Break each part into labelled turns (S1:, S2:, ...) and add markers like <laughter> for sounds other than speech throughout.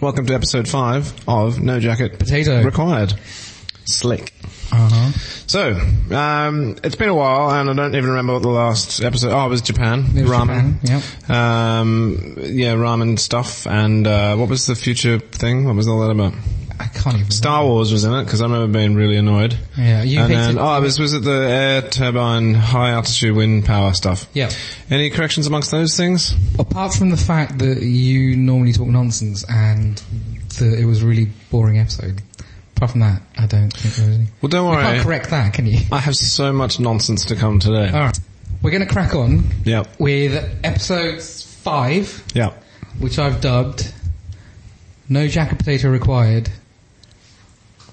S1: Welcome to episode five of No Jacket
S2: Potato.
S1: Required. Slick.
S2: Uh-huh.
S1: So, um, it's been a while, and I don't even remember what the last episode. Oh, it was Japan
S2: It was
S1: ramen.
S2: Japan, yep.
S1: Um, yeah, ramen stuff, and uh, what was the future thing? What was all that about?
S2: I can't even.
S1: Star Wars was in it because I remember being really annoyed.
S2: Yeah, you
S1: and
S2: hated-
S1: then, oh, it was was it the air turbine high altitude wind power stuff?
S2: Yeah.
S1: Any corrections amongst those things?
S2: Apart from the fact that you normally talk nonsense and the, it was a really boring episode. Apart from that, I don't think there was any.
S1: Well, don't worry.
S2: Can't correct that, can you?
S1: I have so much nonsense to come today.
S2: Alright. We're gonna crack on
S1: Yep.
S2: with episode five,
S1: Yep.
S2: which I've dubbed No Jacket Potato Required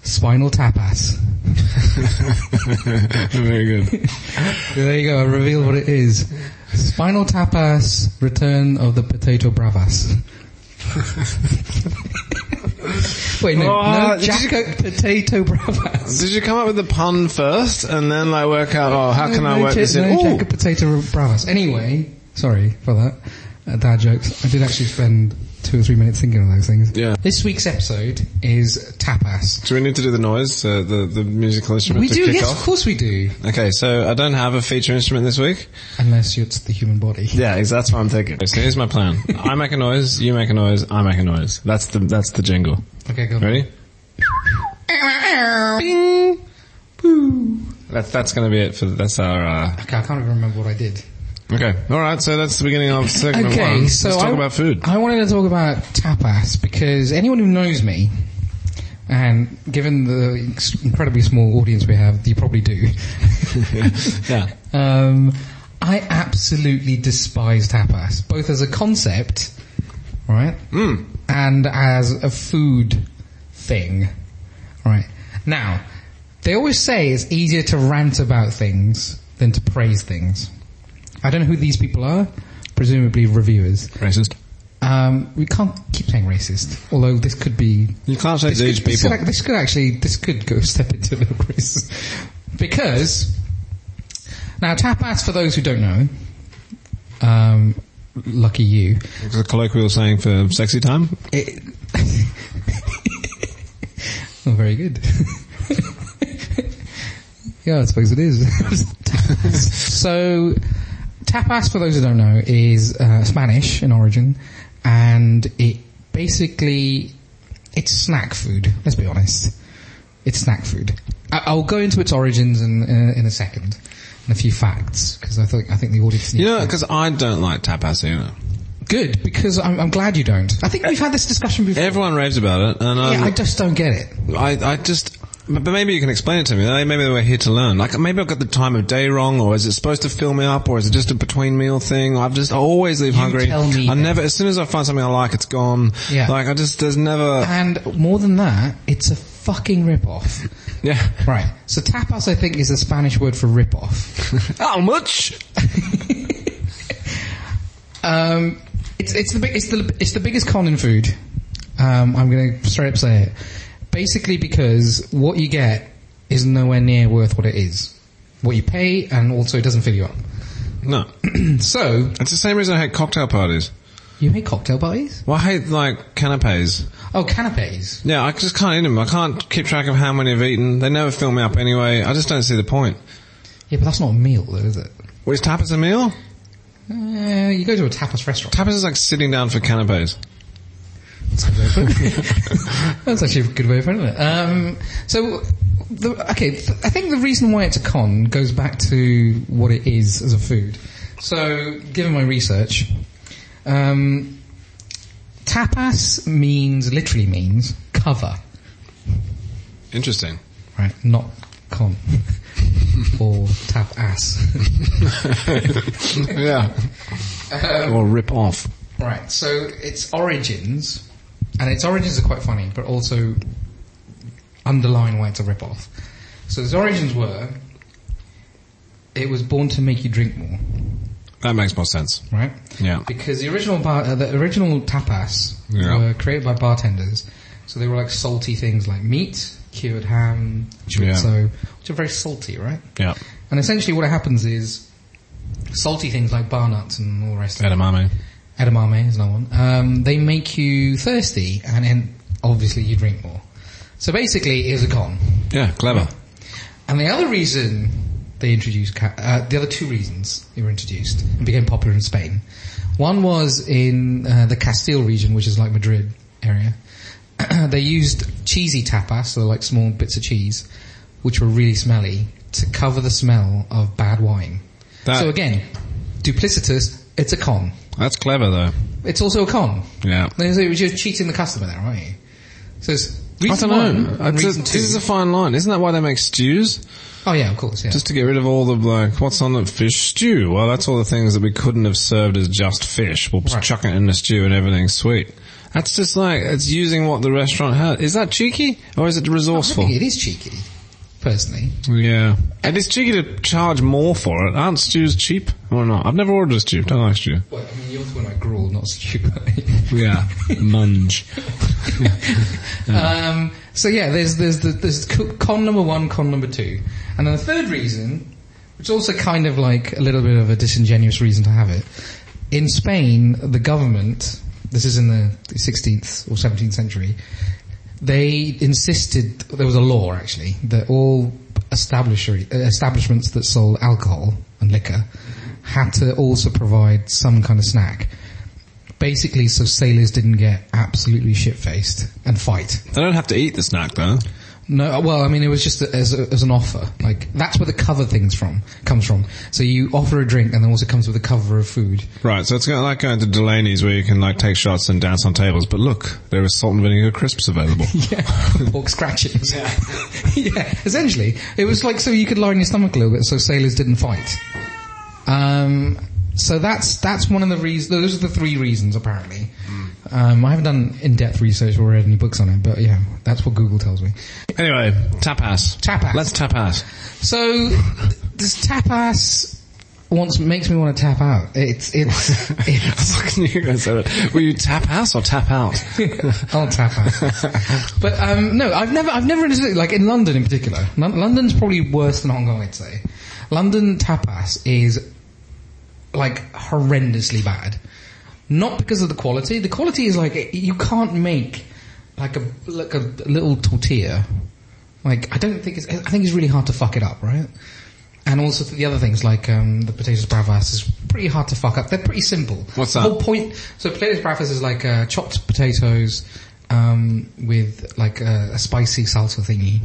S2: Spinal Tapas.
S1: <laughs> Very good.
S2: There you go, I reveal what it is. Spinal Tapas, Return of the Potato Bravas. <laughs> Wait, no,
S1: Oh,
S2: no
S1: did you-
S2: Jacket Potato Bravas.
S1: Did you come up with the pun first and then like work out, oh, how can
S2: no,
S1: I
S2: no
S1: work
S2: tit-
S1: this in?
S2: No
S1: Ooh.
S2: Jacket Potato Bravas. Anyway, sorry for that. Uh, dad jokes. I did actually spend two or three minutes thinking of those things.
S1: Yeah.
S2: This week's episode is tapas.
S1: Do we need to do the noise, uh, the, the musical instrument
S2: We
S1: to
S2: do,
S1: kick
S2: yes, of
S1: off?
S2: course we do.
S1: Okay, so I don't have a feature instrument this week.
S2: Unless it's the human body.
S1: Yeah, ex- that's what I'm thinking. So here's my <laughs> plan. I make a noise, you make a noise, I make a noise. That's the, that's the jingle.
S2: Okay, go. on.
S1: Ready? Bing. That, that's gonna be it for, that's our, uh,
S2: Okay, I can't even remember what I did.
S1: okay. Alright, so that's the beginning of segment
S2: okay,
S1: one.
S2: so
S1: Let's talk
S2: I,
S1: about food.
S2: I wanted to talk about tapas because anyone who knows me, and given the ex- incredibly small audience we have, you probably
S1: <laughs>
S2: do.
S1: yeah.
S2: Um, I absolutely despise tapas, both as a concept, right, and as a food thing, right. Now, they always say it's easier to rant about things than to praise things. I don't know who these people are, presumably reviewers.
S1: Racist.
S2: Um, we can't keep saying racist, although this could be
S1: You can't say
S2: this
S1: these
S2: could, this
S1: people.
S2: could ac- this could actually, this could go step into the quiz. Because, now tapas, for those who don't know, um, lucky you,
S1: It's a colloquial saying for sexy time.
S2: it, <laughs> oh, very good. <laughs> yeah, I suppose it is. <laughs> so, tapas, for those who don't know, is uh, Spanish in origin, and it basically it's snack food. Let's be honest, it's snack food. I- I'll go into its origins in uh, in a second. And a few facts, because I think I think the audience needs
S1: You know, because I don't like tapas either.
S2: good. Because I'm, I'm glad you don't. I think we've had this discussion before.
S1: Everyone raves about it, and
S2: Yeah, I
S1: um,
S2: just don't get it.
S1: I, I, just. But but maybe you can explain it to me. Maybe we're here to learn. Like maybe I've got the time of day wrong, or is it supposed to fill me up, or is it just a between meal thing? I've just I always leave hungry.
S2: tell me
S1: I
S2: then.
S1: never. As soon as I find something I like, it's gone.
S2: Yeah.
S1: Like I just there's never.
S2: And more than that, it's a fucking rip-off.
S1: Yeah.
S2: right. So tapas, I think, is a Spanish word for rip-off.
S1: How much?
S2: Um, it's, it's, the, big- it's, the, it's the biggest con in food. Um, I'm going to straight up say it. Basically because what you get is nowhere near worth what it is. What you pay, and also it doesn't fill you up. <clears throat>
S1: No.
S2: So,
S1: It's the same reason I hate cocktail parties.
S2: you hate cocktail parties?
S1: Well, I hate like canapes.
S2: Oh, canapes.
S1: Yeah, I just can't eat them. I can't keep track of how many I've eaten. They never fill me up anyway. I just don't see the point.
S2: Yeah, but that's not a meal though, is it?
S1: Well, is tapas a meal?
S2: Uh, you go to a tapas restaurant.
S1: Tapas is like sitting down for canapes.
S2: <laughs> That's actually a good way of putting it. Um, so, the, okay, th- I think the reason why it's a con goes back to what it is as a food. So, given my research, um, tapas means literally means cover, <laughs>
S1: Interesting.
S2: right? Not con <laughs> or tap <laughs> ass.
S1: yeah. <laughs> or rip off.
S2: right. So its origins, and its origins are quite funny, but also underline why it's a rip-off. So its origins were it was born to make you drink more,
S1: That makes more sense.
S2: right?
S1: Yeah.
S2: Because the original bar, uh, the original tapas
S1: Yeah.
S2: were created by bartenders, so they were like salty things like meat, cured ham, chorizo, which are very salty, right?
S1: Yeah.
S2: And essentially, what happens is salty things like bar nuts and all the rest of it
S1: Edamame.
S2: edamame is another one. Um, they make you thirsty, and then obviously you drink more. So basically, it was a con.
S1: Yeah, clever.
S2: And the other reason they introduced, ca- uh, the other two reasons they were introduced and became popular in Spain. One was in uh, the Castile region, which is like Madrid area. <clears throat> they used cheesy tapas, so like small bits of cheese, which were really smelly, to cover the smell of bad wine.
S1: That-
S2: so again, duplicitous, it's a con.
S1: That's clever though.
S2: It's also a con.
S1: Yeah.
S2: No, so You're cheating the customer there, aren't you? So it's reason
S1: I don't
S2: one
S1: know.
S2: and
S1: It's a-
S2: reason
S1: this
S2: two.
S1: is a fine line. Isn't that why they make stews?
S2: oh yeah, of course, yeah.
S1: Just to get rid of all the like, what's on the fish stew? Well, that's all the things that we couldn't have served as just fish. We'll just
S2: Right.
S1: chuck it in the stew and everything's sweet. That's just like, it's using what the restaurant has. Is that cheeky? Or is it
S2: I
S1: resourceful?
S2: think it is cheeky, personally.
S1: Yeah. And it's cheeky to charge more for it. Aren't stews cheap or not? I've never ordered a stew. Don't like stew.
S2: Well, I mean, you're the one I gruel, not stew.
S1: Yeah. <laughs> Munge.
S2: um, so yeah, there's there's the, there's co- con number one, con number two, and then the third reason, which is also kind of like a little bit of a disingenuous reason to have it. In Spain, the government, this is in the 16th or 17th century, they insisted there was a law actually that all establish- establishments that sold alcohol and liquor had to also provide some kind of snack. Basically, so sailors didn't get absolutely shit faced and fight.
S1: They don't have to eat the snack though.
S2: No, well, I mean, it was just as, a, as an offer. Like that's where the cover things from comes from. So you offer a drink, and then also comes with a cover of food.
S1: Right, so it's kind of like going to Delaney's where you can like take shots and dance on tables, but look, there is salt and vinegar crisps
S2: <laughs>
S1: available.
S2: Yeah, pork scratchings. <laughs> Yeah. essentially, it was like so you could line your stomach a little bit, so sailors didn't fight. Um, so that's that's one of the reasons. Those are the three reasons, apparently. Um, I haven't done in-depth research or read any books on it, but yeah, that's what Google tells me.
S1: anyway, tapas.
S2: Tapas.
S1: Let's tapas.
S2: So this tapas wants makes me want to tap out. It's
S1: <laughs>
S2: it's <laughs> it's.
S1: Fucking you guys said it. Were you tapas or tap out?
S2: <laughs> I'll tap out. but um, no, I've never, I've never understood. Like in London in particular, Lon- London's probably worse than Hong Kong. I'd say London tapas is like horrendously bad. Not because of the quality. The quality is like you can't make like a like a little tortilla. Like I don't think it's. I think it's really hard to fuck it up, right? And also the other things like um, the potatoes bravas is pretty hard to fuck up. They're pretty simple.
S1: What's
S2: The
S1: that?
S2: whole point. So potatoes bravas is like uh, chopped potatoes um, with like uh, a, a spicy salsa thingy.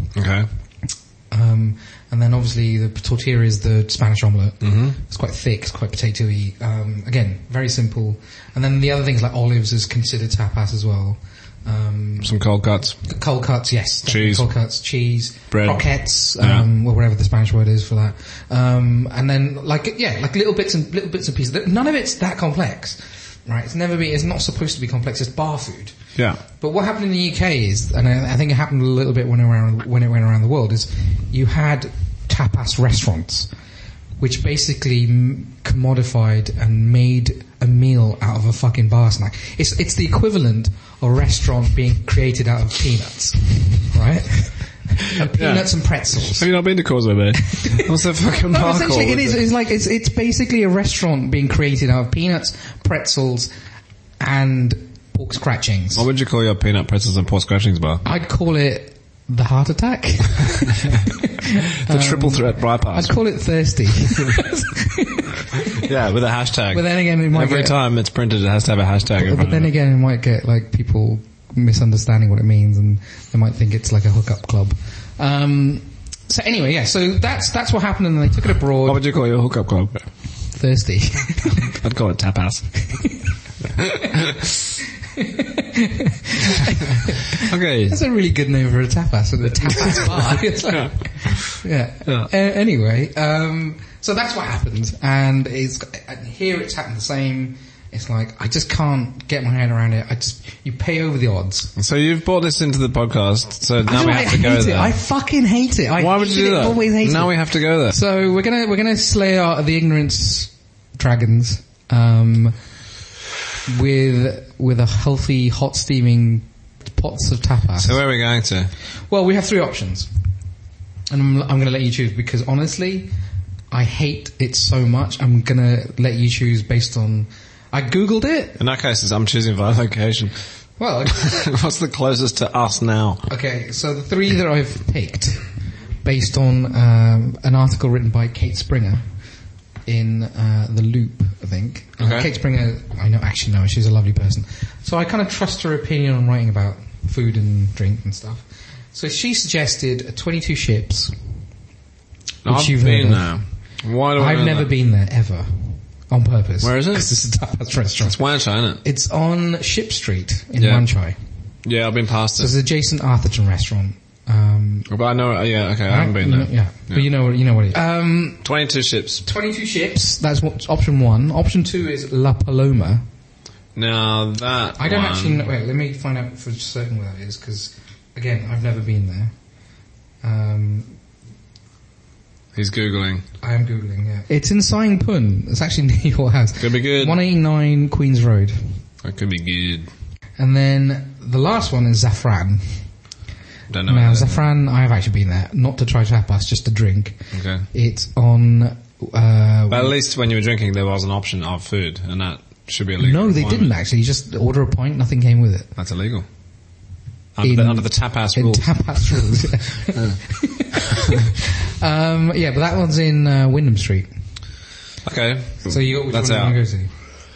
S1: <laughs> Okay.
S2: Um, and then obviously the tortilla is the Spanish omelette. Mm-hmm. It's quite thick, it's quite potatoey. Um, again, very simple. And then the other things like olives is considered tapas as well. Um,
S1: Some cold cuts.
S2: cold cuts, yes. definitely
S1: Cheese.
S2: Cold cuts, cheese.
S1: Bread.
S2: Croquettes,
S1: Yeah.
S2: um, or whatever the Spanish word is for that. Um, and then like, yeah, like little bits and little bits and pieces. None of it's that complex, right? It's never been, it's not supposed to be complex. It's bar food.
S1: Yeah.
S2: But what happened in the UK is, and I, I think it happened a little bit when, around, when it went around the world, is you had tapas restaurants, which basically m- commodified and made a meal out of a fucking bar snack. It's it's the equivalent of a restaurant being created out of peanuts, right? and peanuts and
S1: <laughs>
S2: pretzels.
S1: Have you not been to Causeway Bay? What's that fucking
S2: No,
S1: bar
S2: essentially,
S1: called?
S2: it is. It's like it's it's basically a restaurant being created out of peanuts, pretzels, and pork scratchings.
S1: What would you call your peanut pretzels and pork scratchings bar?
S2: I'd call it the heart
S1: <laughs>
S2: attack.
S1: The triple threat
S2: Um, I'd
S1: bypass.
S2: call it
S1: <laughs>
S2: thirsty.
S1: yeah, with a hashtag.
S2: but then again, it might
S1: Every
S2: get,
S1: time it's printed, it has to have a hashtag. in
S2: But
S1: front
S2: then
S1: of it.
S2: again, it might get like people misunderstanding what it means, and they might think it's like a hookup club. Um, so anyway, yeah. So that's that's what happened, and they took it
S1: What
S2: abroad.
S1: would you call your hookup club?
S2: Thirsty.
S1: <laughs> I'd call it <laughs> tapas. okay.
S2: that's a really good name for a tapas. Or
S1: <laughs>
S2: the tapas bar. It's like- yeah.
S1: Yeah.
S2: A- anyway, um, so that's what happened, and it's and here it's happened the same. It's like I just can't get my head around it. I just you pay over the odds.
S1: So you've brought this into the podcast, so now we
S2: I, don't-
S1: have
S2: I
S1: to go
S2: hate it.
S1: there.
S2: I fucking hate it. I
S1: Why would you
S2: hated
S1: do
S2: it,
S1: that?
S2: Always hate
S1: now
S2: it.
S1: we have to go there.
S2: So we're gonna we're gonna slay our, the ignorance dragons um, with with a healthy hot steaming pots of tapas.
S1: So where are we going to?
S2: Well, we have three options, and I'm, I'm going to let you choose because honestly, I hate it so much. I'm going to let you choose based on I googled it.
S1: In that case, it's I'm choosing via location.
S2: Well, <laughs>
S1: <laughs> What's the closest to us now?
S2: okay, so the three that I've picked, based on um, an article written by Kate Springer in uh, the Loop, I think. Uh,
S1: Okay.
S2: Kate Springer, I know actually know her, she's a lovely person, so I kind of trust her opinion on writing about food and drink and stuff. So she suggested 22 ships. Which
S1: I've
S2: you've
S1: been
S2: heard
S1: there. Why do I
S2: I've
S1: know
S2: never
S1: that?
S2: been there ever, on purpose.
S1: Where is it?
S2: 'Cause it's a tapas restaurant.
S1: It's Wanchai, isn't it?
S2: It's on Ship Street in
S1: Yeah.
S2: Wanchai.
S1: Yeah, I've been past
S2: There's
S1: it.
S2: an adjacent Arthurton restaurant. Um,
S1: But I know, yeah, okay, I haven't been
S2: you
S1: there.
S2: know- yeah. but you know you know what it is. Um,
S1: 22 ships.
S2: 22 ships. That's what, option one. Option two is La Paloma.
S1: Now that
S2: I don't
S1: one-
S2: actually know. Wait, let me find out for certain where that is because, again, I've never been there. Um,
S1: He's googling.
S2: I am googling. Yeah, it's in Sang Pun. It's actually <laughs> near your house.
S1: Could be good.
S2: 189 Queens Road.
S1: That could be good.
S2: And then the last one is Zafran.
S1: Don't know.
S2: now,
S1: about it.
S2: Zafran, I have actually been there, not to try tapas, just to drink.
S1: <laughs> Okay.
S2: It's on. Uh,
S1: But at least when you were drinking, there was an option of food, and that should be illegal.
S2: no, they
S1: Why
S2: didn't
S1: not?
S2: actually. You just order a pint, nothing came with it.
S1: That's illegal. Under,
S2: In-
S1: the, under the tapas
S2: In
S1: rules.
S2: tapas
S1: <laughs>
S2: rules. <laughs> um, yeah, but that one's in uh, Wyndham Street.
S1: okay.
S2: So you got which
S1: That's
S2: one
S1: out.
S2: you want to go to?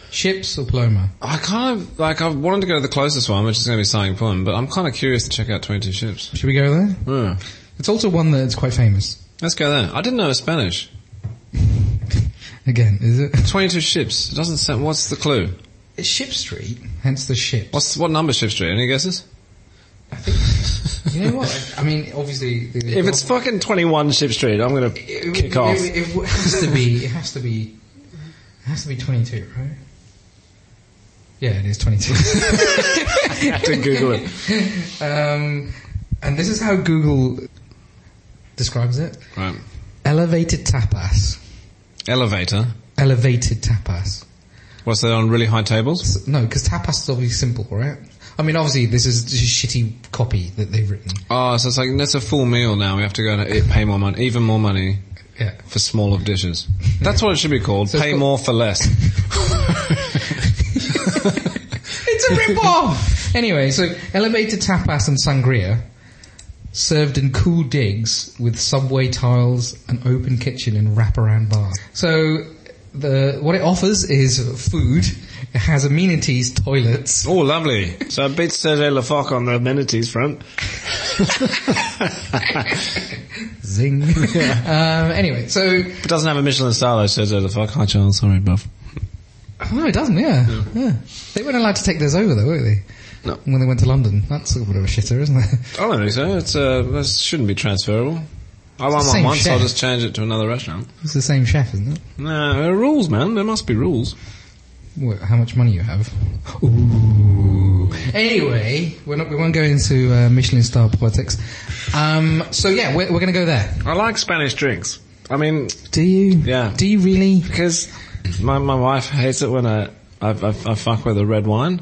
S2: Ships or Paloma?
S1: I kind of, like, I wanted to go to the closest one, which is going to be Sang Pun, but I'm kind of curious to check out 22 ships.
S2: Should we go there?
S1: Yeah.
S2: It's also one that's quite famous.
S1: Let's go there. I didn't know Spanish.
S2: Again, is it?
S1: 22 ships. It doesn't sound, what's the clue?
S2: It's Ship Street, hence the ships.
S1: What's, what number ship street? Any guesses?
S2: You know what? I mean, obviously, the,
S1: If it's fucking 21 ship street, I'm going to
S2: it,
S1: kick <laughs>
S2: it-
S1: off.
S2: It, <laughs> it has to be. It has to be. It has to be twenty-two, right? Yeah, it is twenty-two.
S1: to Google it.
S2: <laughs> um, and this is how Google describes it:
S1: Right.
S2: elevated tapas.
S1: Elevator.
S2: Elevated tapas.
S1: What's that on really high tables?
S2: S- No, because tapas is obviously simple, right? I mean, obviously, this is just a shitty copy that they've written.
S1: Oh, so it's like, that's a full meal now. We have to go and eat- pay more money, even more money
S2: Yeah.
S1: for smaller dishes. That's what it should be called.
S2: it's
S1: pay
S2: called-
S1: more for less.
S2: It's a rip-off! <laughs> anyway, so elevated tapas and sangria, served in cool digs with subway tiles, an open kitchen and wraparound bar. So, the, what it offers is food, it has amenities, toilets,
S1: Oh, lovely. So I beat Sergei Lafoc on the amenities front.
S2: <laughs> zing. um, anyway, so,
S1: It doesn't have a Michelin star though, Sergei Lafoc. Hi Charles, sorry buff.
S2: no it doesn't, yeah. yeah. They weren't allowed to take those over though, were they?
S1: No.
S2: When they went to London. That's a bit of a shitter, isn't it? <laughs>
S1: I don't think so. It's, uh, that shouldn't be transferable. I want one
S2: same
S1: once,
S2: chef.
S1: I'll just change it to another restaurant.
S2: It's the same chef, isn't it?
S1: No, there are rules, man. There must be rules.
S2: Wh- how much money you have. Ooh. Anyway, we're not, we won't go into uh, Michelin star politics. Um, so yeah, we're, we're going to go there.
S1: I like Spanish drinks. I mean,
S2: Do you?
S1: Yeah.
S2: Do you really?
S1: Because my, my wife hates it when I, I, I, I fuck with a red wine.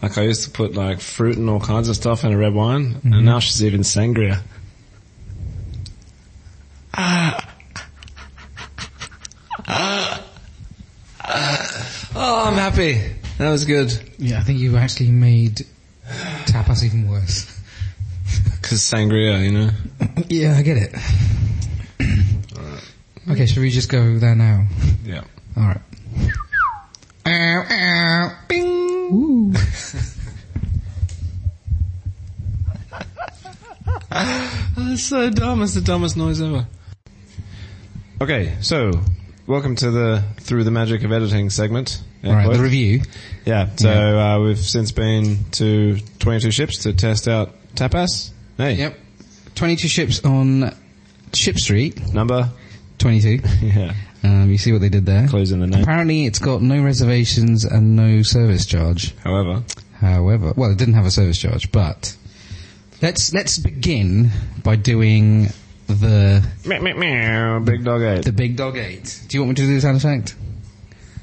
S1: Like I used to put like fruit and all kinds of stuff in a red wine, and now she's even sangria. Oh, I'm happy. That was good.
S2: Yeah, I think you actually made tapas even worse.
S1: Cause sangria, you know.
S2: Yeah, I get it. <clears throat> okay, should we just go there now?
S1: Yeah.
S2: All right. ow, ow, bing. Ooh.
S1: That's so dumb. It's the dumbest noise ever. Okay, so welcome to the through the magic of editing segment.
S2: All right,
S1: What?
S2: the review.
S1: Yeah, so Uh, we've since been to 22 ships to test out tapas. Hey,
S2: Yep. 22 ships on Ship Street.
S1: number. <laughs>
S2: 22.
S1: Yeah,
S2: Um, you see what they did there?
S1: clues in the name.
S2: Apparently, it's got no reservations and no service charge.
S1: However,
S2: However, well, it didn't have a service charge, but let's let's begin by doing the
S1: meow, meow, meow, big dog eight.
S2: the big dog eight. Do you want me to do the sound effect?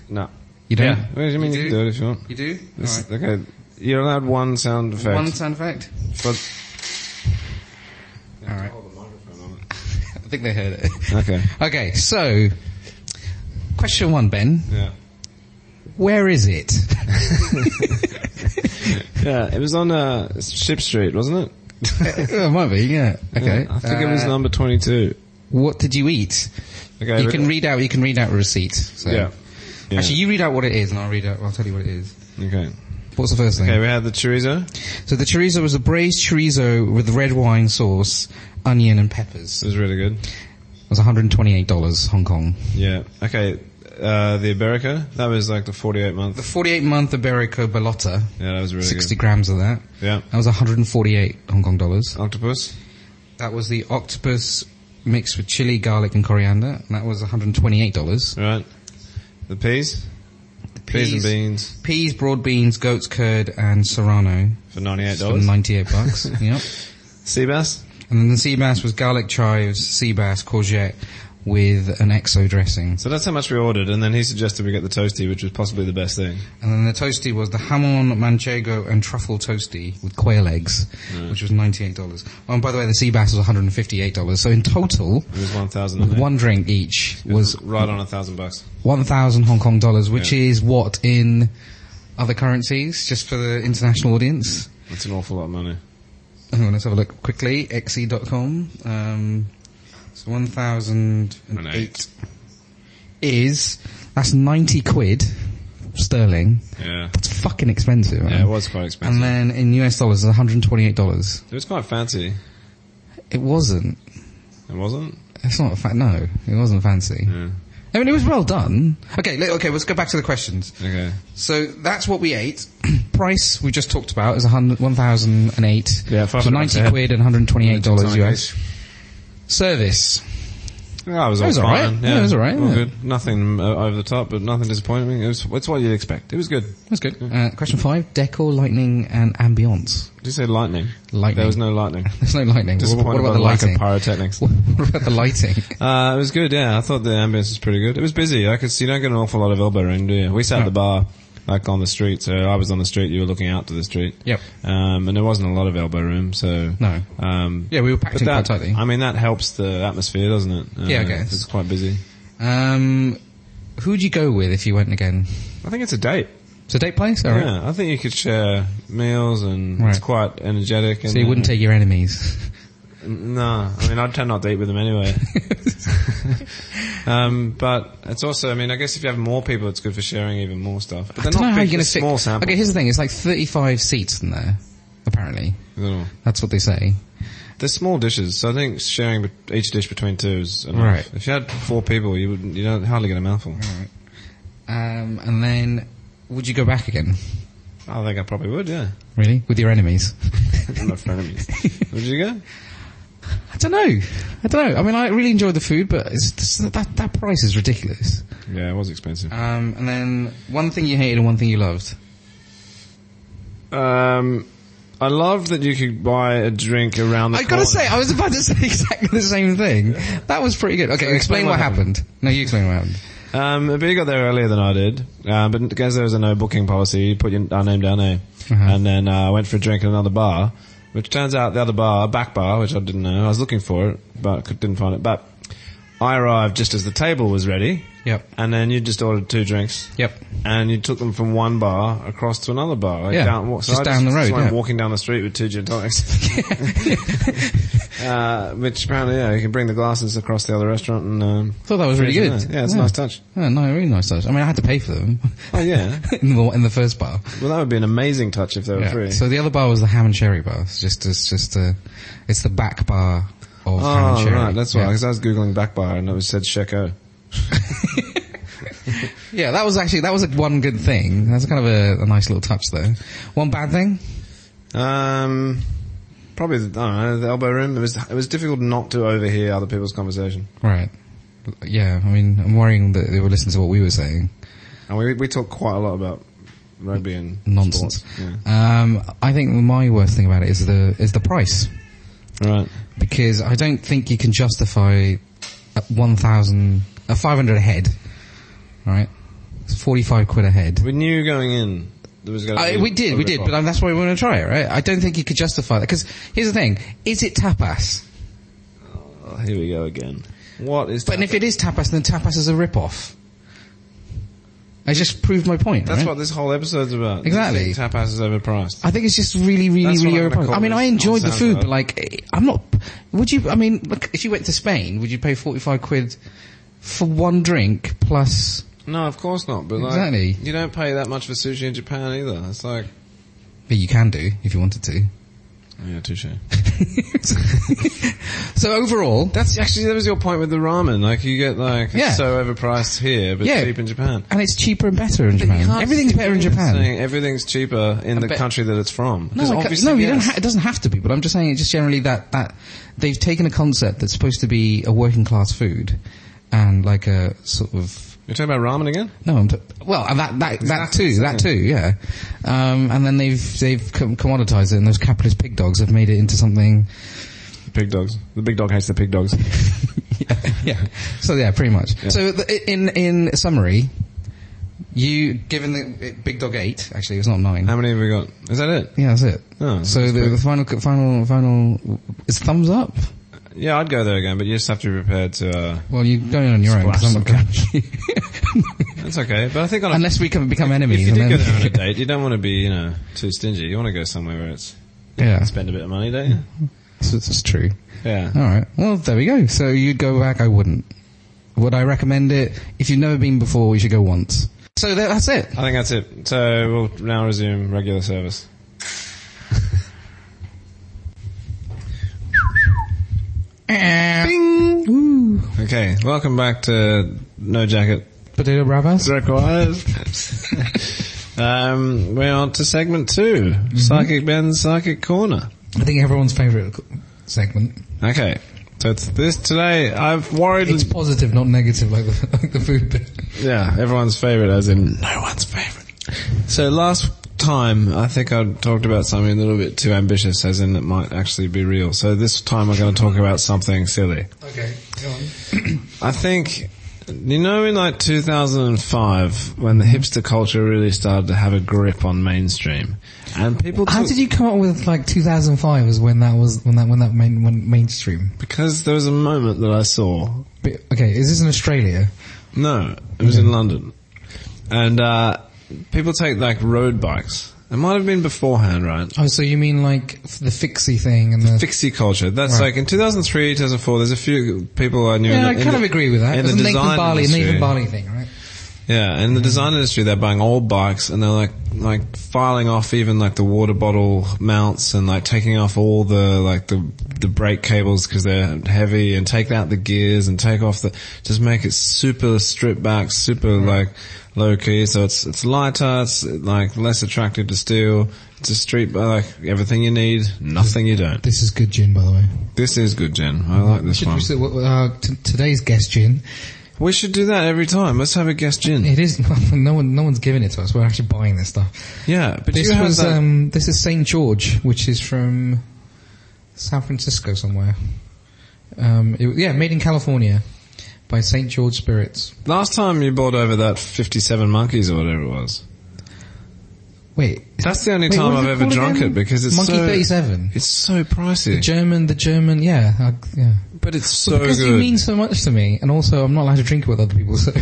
S1: no.
S2: You don't.
S1: Yeah. What do you mean you,
S2: You
S1: can
S2: do?
S1: do it if you want?
S2: You do.
S1: This- Okay, you're allowed one sound effect.
S2: One sound effect.
S1: But-
S2: All right. <laughs> I think they heard it. <laughs>
S1: okay.
S2: Okay, so question one, Ben.
S1: Yeah.
S2: where is it? <laughs>
S1: Yeah, it was on uh, Ship Street, wasn't it?
S2: it might be, yeah. Okay.
S1: I think it was
S2: Uh,
S1: number 22.
S2: What did you eat?
S1: Okay,
S2: you
S1: but-
S2: can read out. You can read out a receipt. So.
S1: Yeah. Yeah.
S2: Actually, you read out what it is, and I'll read out. I'll tell you what it is.
S1: Okay.
S2: What's the first thing?
S1: Okay, we had the chorizo.
S2: So the chorizo was a braised chorizo with red wine sauce, onion, and peppers.
S1: It
S2: It
S1: was really good.
S2: was 128 dollars Hong Kong.
S1: Yeah. Okay, uh, the Iberica. That was like the 48
S2: The
S1: month.
S2: 48 month Iberico Bellota,
S1: Yeah, that was really
S2: 60 grams of that.
S1: good. Yeah.
S2: That was 148 Hong Kong dollars.
S1: Octopus.
S2: That was the octopus mixed with chili, garlic, and coriander. And that was 128 dollars.
S1: Right. The peas. Peas and beans
S2: peas, broad beans, goat's curd, and serrano
S1: for $98.
S2: for 98
S1: <laughs>
S2: bucks. yep.
S1: Sea bass.
S2: And then the sea bass was garlic chives, sea bass, courgette with an exo dressing.
S1: So that's how much we ordered, and then he suggested we get the toasty, which was possibly the best thing.
S2: And then the toasty was the hamon, manchego, and truffle toasty with quail eggs, which was $98. Oh, and by the way, the sea bass was $158. So in total,
S1: It was one thousand.
S2: with one drink each was
S1: right on a thousand bucks.
S2: 1,000 Hong Kong dollars, which is what in other currencies, just for the international audience?
S1: That's an awful lot of money.
S2: Hang on, let's have a look quickly. xe.com. Um, so 1,008 is, that's 90 quid sterling.
S1: Yeah.
S2: That's fucking expensive. man.
S1: Yeah, it was quite expensive.
S2: and then in US dollars, it's $128.
S1: it was quite fancy.
S2: It wasn't.
S1: It wasn't.
S2: That's not a fact. No, it wasn't fancy.
S1: Yeah.
S2: I mean, it was well done. Okay, le- okay, let's go back to the questions.
S1: Okay.
S2: So that's what we ate. <clears throat> Price we just talked about is a hundred- 1,008.
S1: Yeah, 500
S2: so
S1: bucks a
S2: 90
S1: head.
S2: quid and 128 dollars
S1: Something
S2: US. Service.
S1: Yeah, it was,
S2: was
S1: all
S2: all right.
S1: fine.
S2: Yeah, it was all right,
S1: All
S2: yeah.
S1: good. Nothing uh, over the top, but nothing disappointing. It was. It's what you'd expect. It was good. Did
S2: That's good. Uh, question five: decor, lightning, and ambience.
S1: you say lightning?
S2: Lightning.
S1: There was no lightning.
S2: <laughs> There's no lightning. What,
S1: Disappointed
S2: what about
S1: by
S2: the
S1: lack of
S2: lighting?
S1: pyrotechnics.
S2: What <laughs> what about the lighting?
S1: <laughs> Uh, it was good, yeah. I thought the ambience was pretty good. It was busy. I could see, you don't get an awful lot of elbow room, do you? We sat at the bar, like on the street, so I was on the street, you were looking out to the street.
S2: Yep.
S1: Um, and there wasn't a lot of elbow room, so.
S2: No.
S1: Um,
S2: Yeah, we were packed
S1: but
S2: in
S1: that,
S2: quite tightly.
S1: I mean, that helps the atmosphere, doesn't it? Uh,
S2: Yeah, I guess.
S1: It's quite busy.
S2: Um, who'd you go with if you went again?
S1: I think it's a date.
S2: It's a date place, alright.
S1: Yeah, I think you could share meals and it's
S2: Right.
S1: quite energetic. And,
S2: So you wouldn't take your enemies.
S1: No, I mean, I'd tend not to eat with them
S2: <laughs>
S1: anyway. um, but it's also, I mean, I guess if you have more people, it's good for sharing even more stuff. But
S2: I
S1: they're
S2: don't
S1: not
S2: know how
S1: big,
S2: you're going to
S1: they're
S2: fit.
S1: small samples.
S2: Okay, here's the thing: it's like 35 seats in there, apparently.
S1: I don't know.
S2: That's what they say.
S1: They're small dishes, so I think sharing bet- each dish between two is enough.
S2: Right.
S1: If you had four people, you would you don't hardly get a mouthful.
S2: Um, and then, would you go back again?
S1: I think I probably would,
S2: <laughs>
S1: yeah.
S2: Really, with
S1: <laughs>
S2: your enemies?
S1: I'm not
S2: <laughs>
S1: frenemies. would you go?
S2: I don't know. I don't know. I mean, I really enjoyed the food, but it's just, that that price is ridiculous.
S1: Yeah, it was expensive.
S2: Um, and then one thing you hated and one thing you loved.
S1: Um, I love that you could buy a drink around the
S2: I gotta
S1: corner.
S2: say, I was about to say <laughs> exactly the same thing. That was pretty good. Okay, explain, what, happened. No, you explain what happened.
S1: Um, but you got there earlier than I did. Uh, but because there was a no booking policy, you put your, our name down there.
S2: Uh-huh.
S1: And then uh, I went for a drink at another bar, which turns out the other bar, back bar, which I didn't know. I was looking for it, but could- didn't find it. But I arrived just as the table was ready.
S2: Yep.
S1: And then you just ordered two drinks.
S2: Yep.
S1: And you took them from one bar across to another bar. Like
S2: Yeah,
S1: down- wa- so
S2: just
S1: I
S2: down the road,
S1: Just went
S2: yeah.
S1: walking down the street with two gin tonics. <laughs>
S2: <laughs>
S1: uh, which apparently, yeah, you can bring the glasses across the other restaurant and. Um,
S2: Thought that was really good.
S1: Yeah, it's a nice touch.
S2: Yeah, no, really nice touch. I mean, I had to pay for them <laughs>
S1: Oh yeah.
S2: in the in the first bar.
S1: Well, that would be an amazing touch if they were
S2: Yeah.
S1: free.
S2: So the other bar was the ham and sherry bar. It's just it's just uh, it's the back bar of ham and
S1: oh,
S2: sherry.
S1: right, that's why.
S2: Yeah.
S1: Because I was googling back bar and it was said Sheko.
S2: Yeah, that was actually that was a, one good thing. That's kind of a, a nice little touch there. One bad thing.
S1: Um, probably the, I don't know the elbow room. It was it was difficult not to overhear other people's conversation,
S2: Right. Yeah, I mean, I'm worrying that they were listening to what we were saying.
S1: and we we talked quite a lot about rugby and
S2: Nonsense.
S1: sports.
S2: Um, I think my worst thing about it is the is the price
S1: Yeah. Right.
S2: because I don't think you can justify a one thousand a five hundred a head. Right, it's forty five quid a head.
S1: We knew going in there was going. to
S2: I,
S1: be
S2: Uh, we did, we did, but um, that's why we want to try it, right? I don't think you could justify that because here's the thing: is it tapas?
S1: Oh, here we go again. What is?
S2: But if it is tapas, then tapas is a rip-off. I just proved my point.
S1: That's
S2: right?
S1: what this whole episode's about. Do you
S2: Exactly.
S1: think Tapas is overpriced.
S2: I think it's just really, really,
S1: That's what
S2: really
S1: I'm gonna
S2: overpriced.
S1: call
S2: I mean,
S1: this
S2: I enjoyed the
S1: on
S2: food,
S1: SoundCloud.
S2: but like, I'm not. Would you? I mean, look, if you went to Spain, would you pay 45 quid for one drink plus?
S1: No, of course not. But like,
S2: Exactly.
S1: you don't pay that much for sushi in Japan either. It's like,
S2: But you can do if you wanted to. <laughs>
S1: yeah, touche.
S2: So overall, that's
S1: Actually, that was your point with the ramen. Like, you get like
S2: Yeah.
S1: it's so overpriced here, but
S2: Yeah.
S1: cheap in Japan.
S2: and it's cheaper and better in
S1: You can't
S2: Japan. Everything's
S1: keep
S2: better in Japan.
S1: saying everything's cheaper in the
S2: bet-
S1: country that it's from.
S2: No,
S1: 'Cause
S2: I can't-
S1: obviously,
S2: no, you don't.
S1: yes.
S2: Ha- it doesn't have to be. But I'm just saying, it's just generally that that they've taken a concept that's supposed to be a working class food, and like a sort of
S1: You're talking about ramen again?
S2: No, I'm t- well, uh, that that that too, that too, yeah. Um, and then they've they've com- commoditized it, and those capitalist pig dogs have made it into something.
S1: Pig dogs. The big dog hates the pig dogs.
S2: yeah. So yeah, pretty much. So the, in in summary, you given the it, big dog eight actually it was not nine.
S1: How many have we got? Is that it?
S2: yeah, that's it.
S1: Oh,
S2: so the, the final final final is thumbs up.
S1: Yeah, I'd go there again, but you just have to be prepared to. Uh,
S2: Well, you're going on your own. 'cause I'm not gonna-
S1: that's okay, but I think on a,
S2: <laughs> Unless we can become
S1: if
S2: enemies.
S1: you do
S2: and
S1: go
S2: then,
S1: there on a date, you don't want to be you know too stingy. You want to go somewhere where it's
S2: <laughs> yeah,
S1: spend a bit of money, don't you?
S2: that's, that's true.
S1: Yeah.
S2: All right. Well, there we go. So you'd go back. I wouldn't. Would I recommend it? If you've never been before, you should go once. So tha- that's it.
S1: I think that's it. So we'll now resume regular service.
S2: Eh. Woo.
S1: Okay, welcome back to No Jacket
S2: Potato bravas.
S1: Requires. <laughs> um, we're on to segment 2 Psychic Ben's Psychic Corner.
S2: I think everyone's favourite co- segment.
S1: Okay, so it's this today. I've worried.
S2: It's positive, not negative, like the, <laughs> like the food bit.
S1: Yeah, everyone's favorite, as in no one's favorite. So last time, I think I talked about something a little bit too ambitious, as in it might actually be real. So this time, I'm going to talk about something silly.
S2: Okay, go on.
S1: I think, you know, in like 2005, when the hipster culture really started to have a grip on mainstream, and people
S2: How
S1: took-
S2: did you come up with like 2005 was when that was when that when that main when mainstream?
S1: because there was a moment that I saw
S2: But, okay, is this in Australia?
S1: No, it was in London. And uh, people take like road bikes. It might have been beforehand, right?
S2: Oh, so you mean like f- the fixie thing and the?
S1: Fixie culture. That's
S2: Right.
S1: like in 2003, 2004. There's a few people I knew. in
S2: yeah,
S1: the,
S2: I
S1: in
S2: kind
S1: the-
S2: of agree with that.
S1: in
S2: It
S1: the
S2: was Nathan
S1: design
S2: Barley,
S1: industry.
S2: Nathan Barley thing, right?
S1: Yeah, in the design
S2: Mm.
S1: industry, they're buying old bikes and they're like like filing off even like the water bottle mounts and like taking off all the like the the brake cables because they're heavy and take out the gears and take off the just make it super stripped back, super
S2: Mm-hmm.
S1: like low key. So it's it's lighter, it's like less attractive to steal. It's a street bike, everything you need, nothing you don't.
S2: This is good gin, by the way.
S1: This is good, Jen. I like this
S2: Should
S1: one.
S2: we say what, uh, t- today's guest gin?
S1: We should do that every time. Let's have a guest, Jen.
S2: It is <laughs> no one, no one's giving it to us. We're actually buying this stuff.
S1: Yeah, but
S2: This
S1: you have
S2: was
S1: that-
S2: um, this is Saint George, which is from San Francisco somewhere. Um, it, yeah, made in California by Saint George Spirits.
S1: Last time you bought over that 57 monkeys or whatever it was.
S2: Wait,
S1: That's the only
S2: wait,
S1: time
S2: what is
S1: I've
S2: it
S1: ever
S2: called
S1: drunk
S2: again?
S1: it because it's
S2: Monkey
S1: so,
S2: Thirty Seven.
S1: it's so pricey,
S2: German, the German, yeah, I, yeah.
S1: but it's so
S2: because
S1: good.
S2: you mean so much to me, and also I'm not allowed to drink it with other people, <laughs> so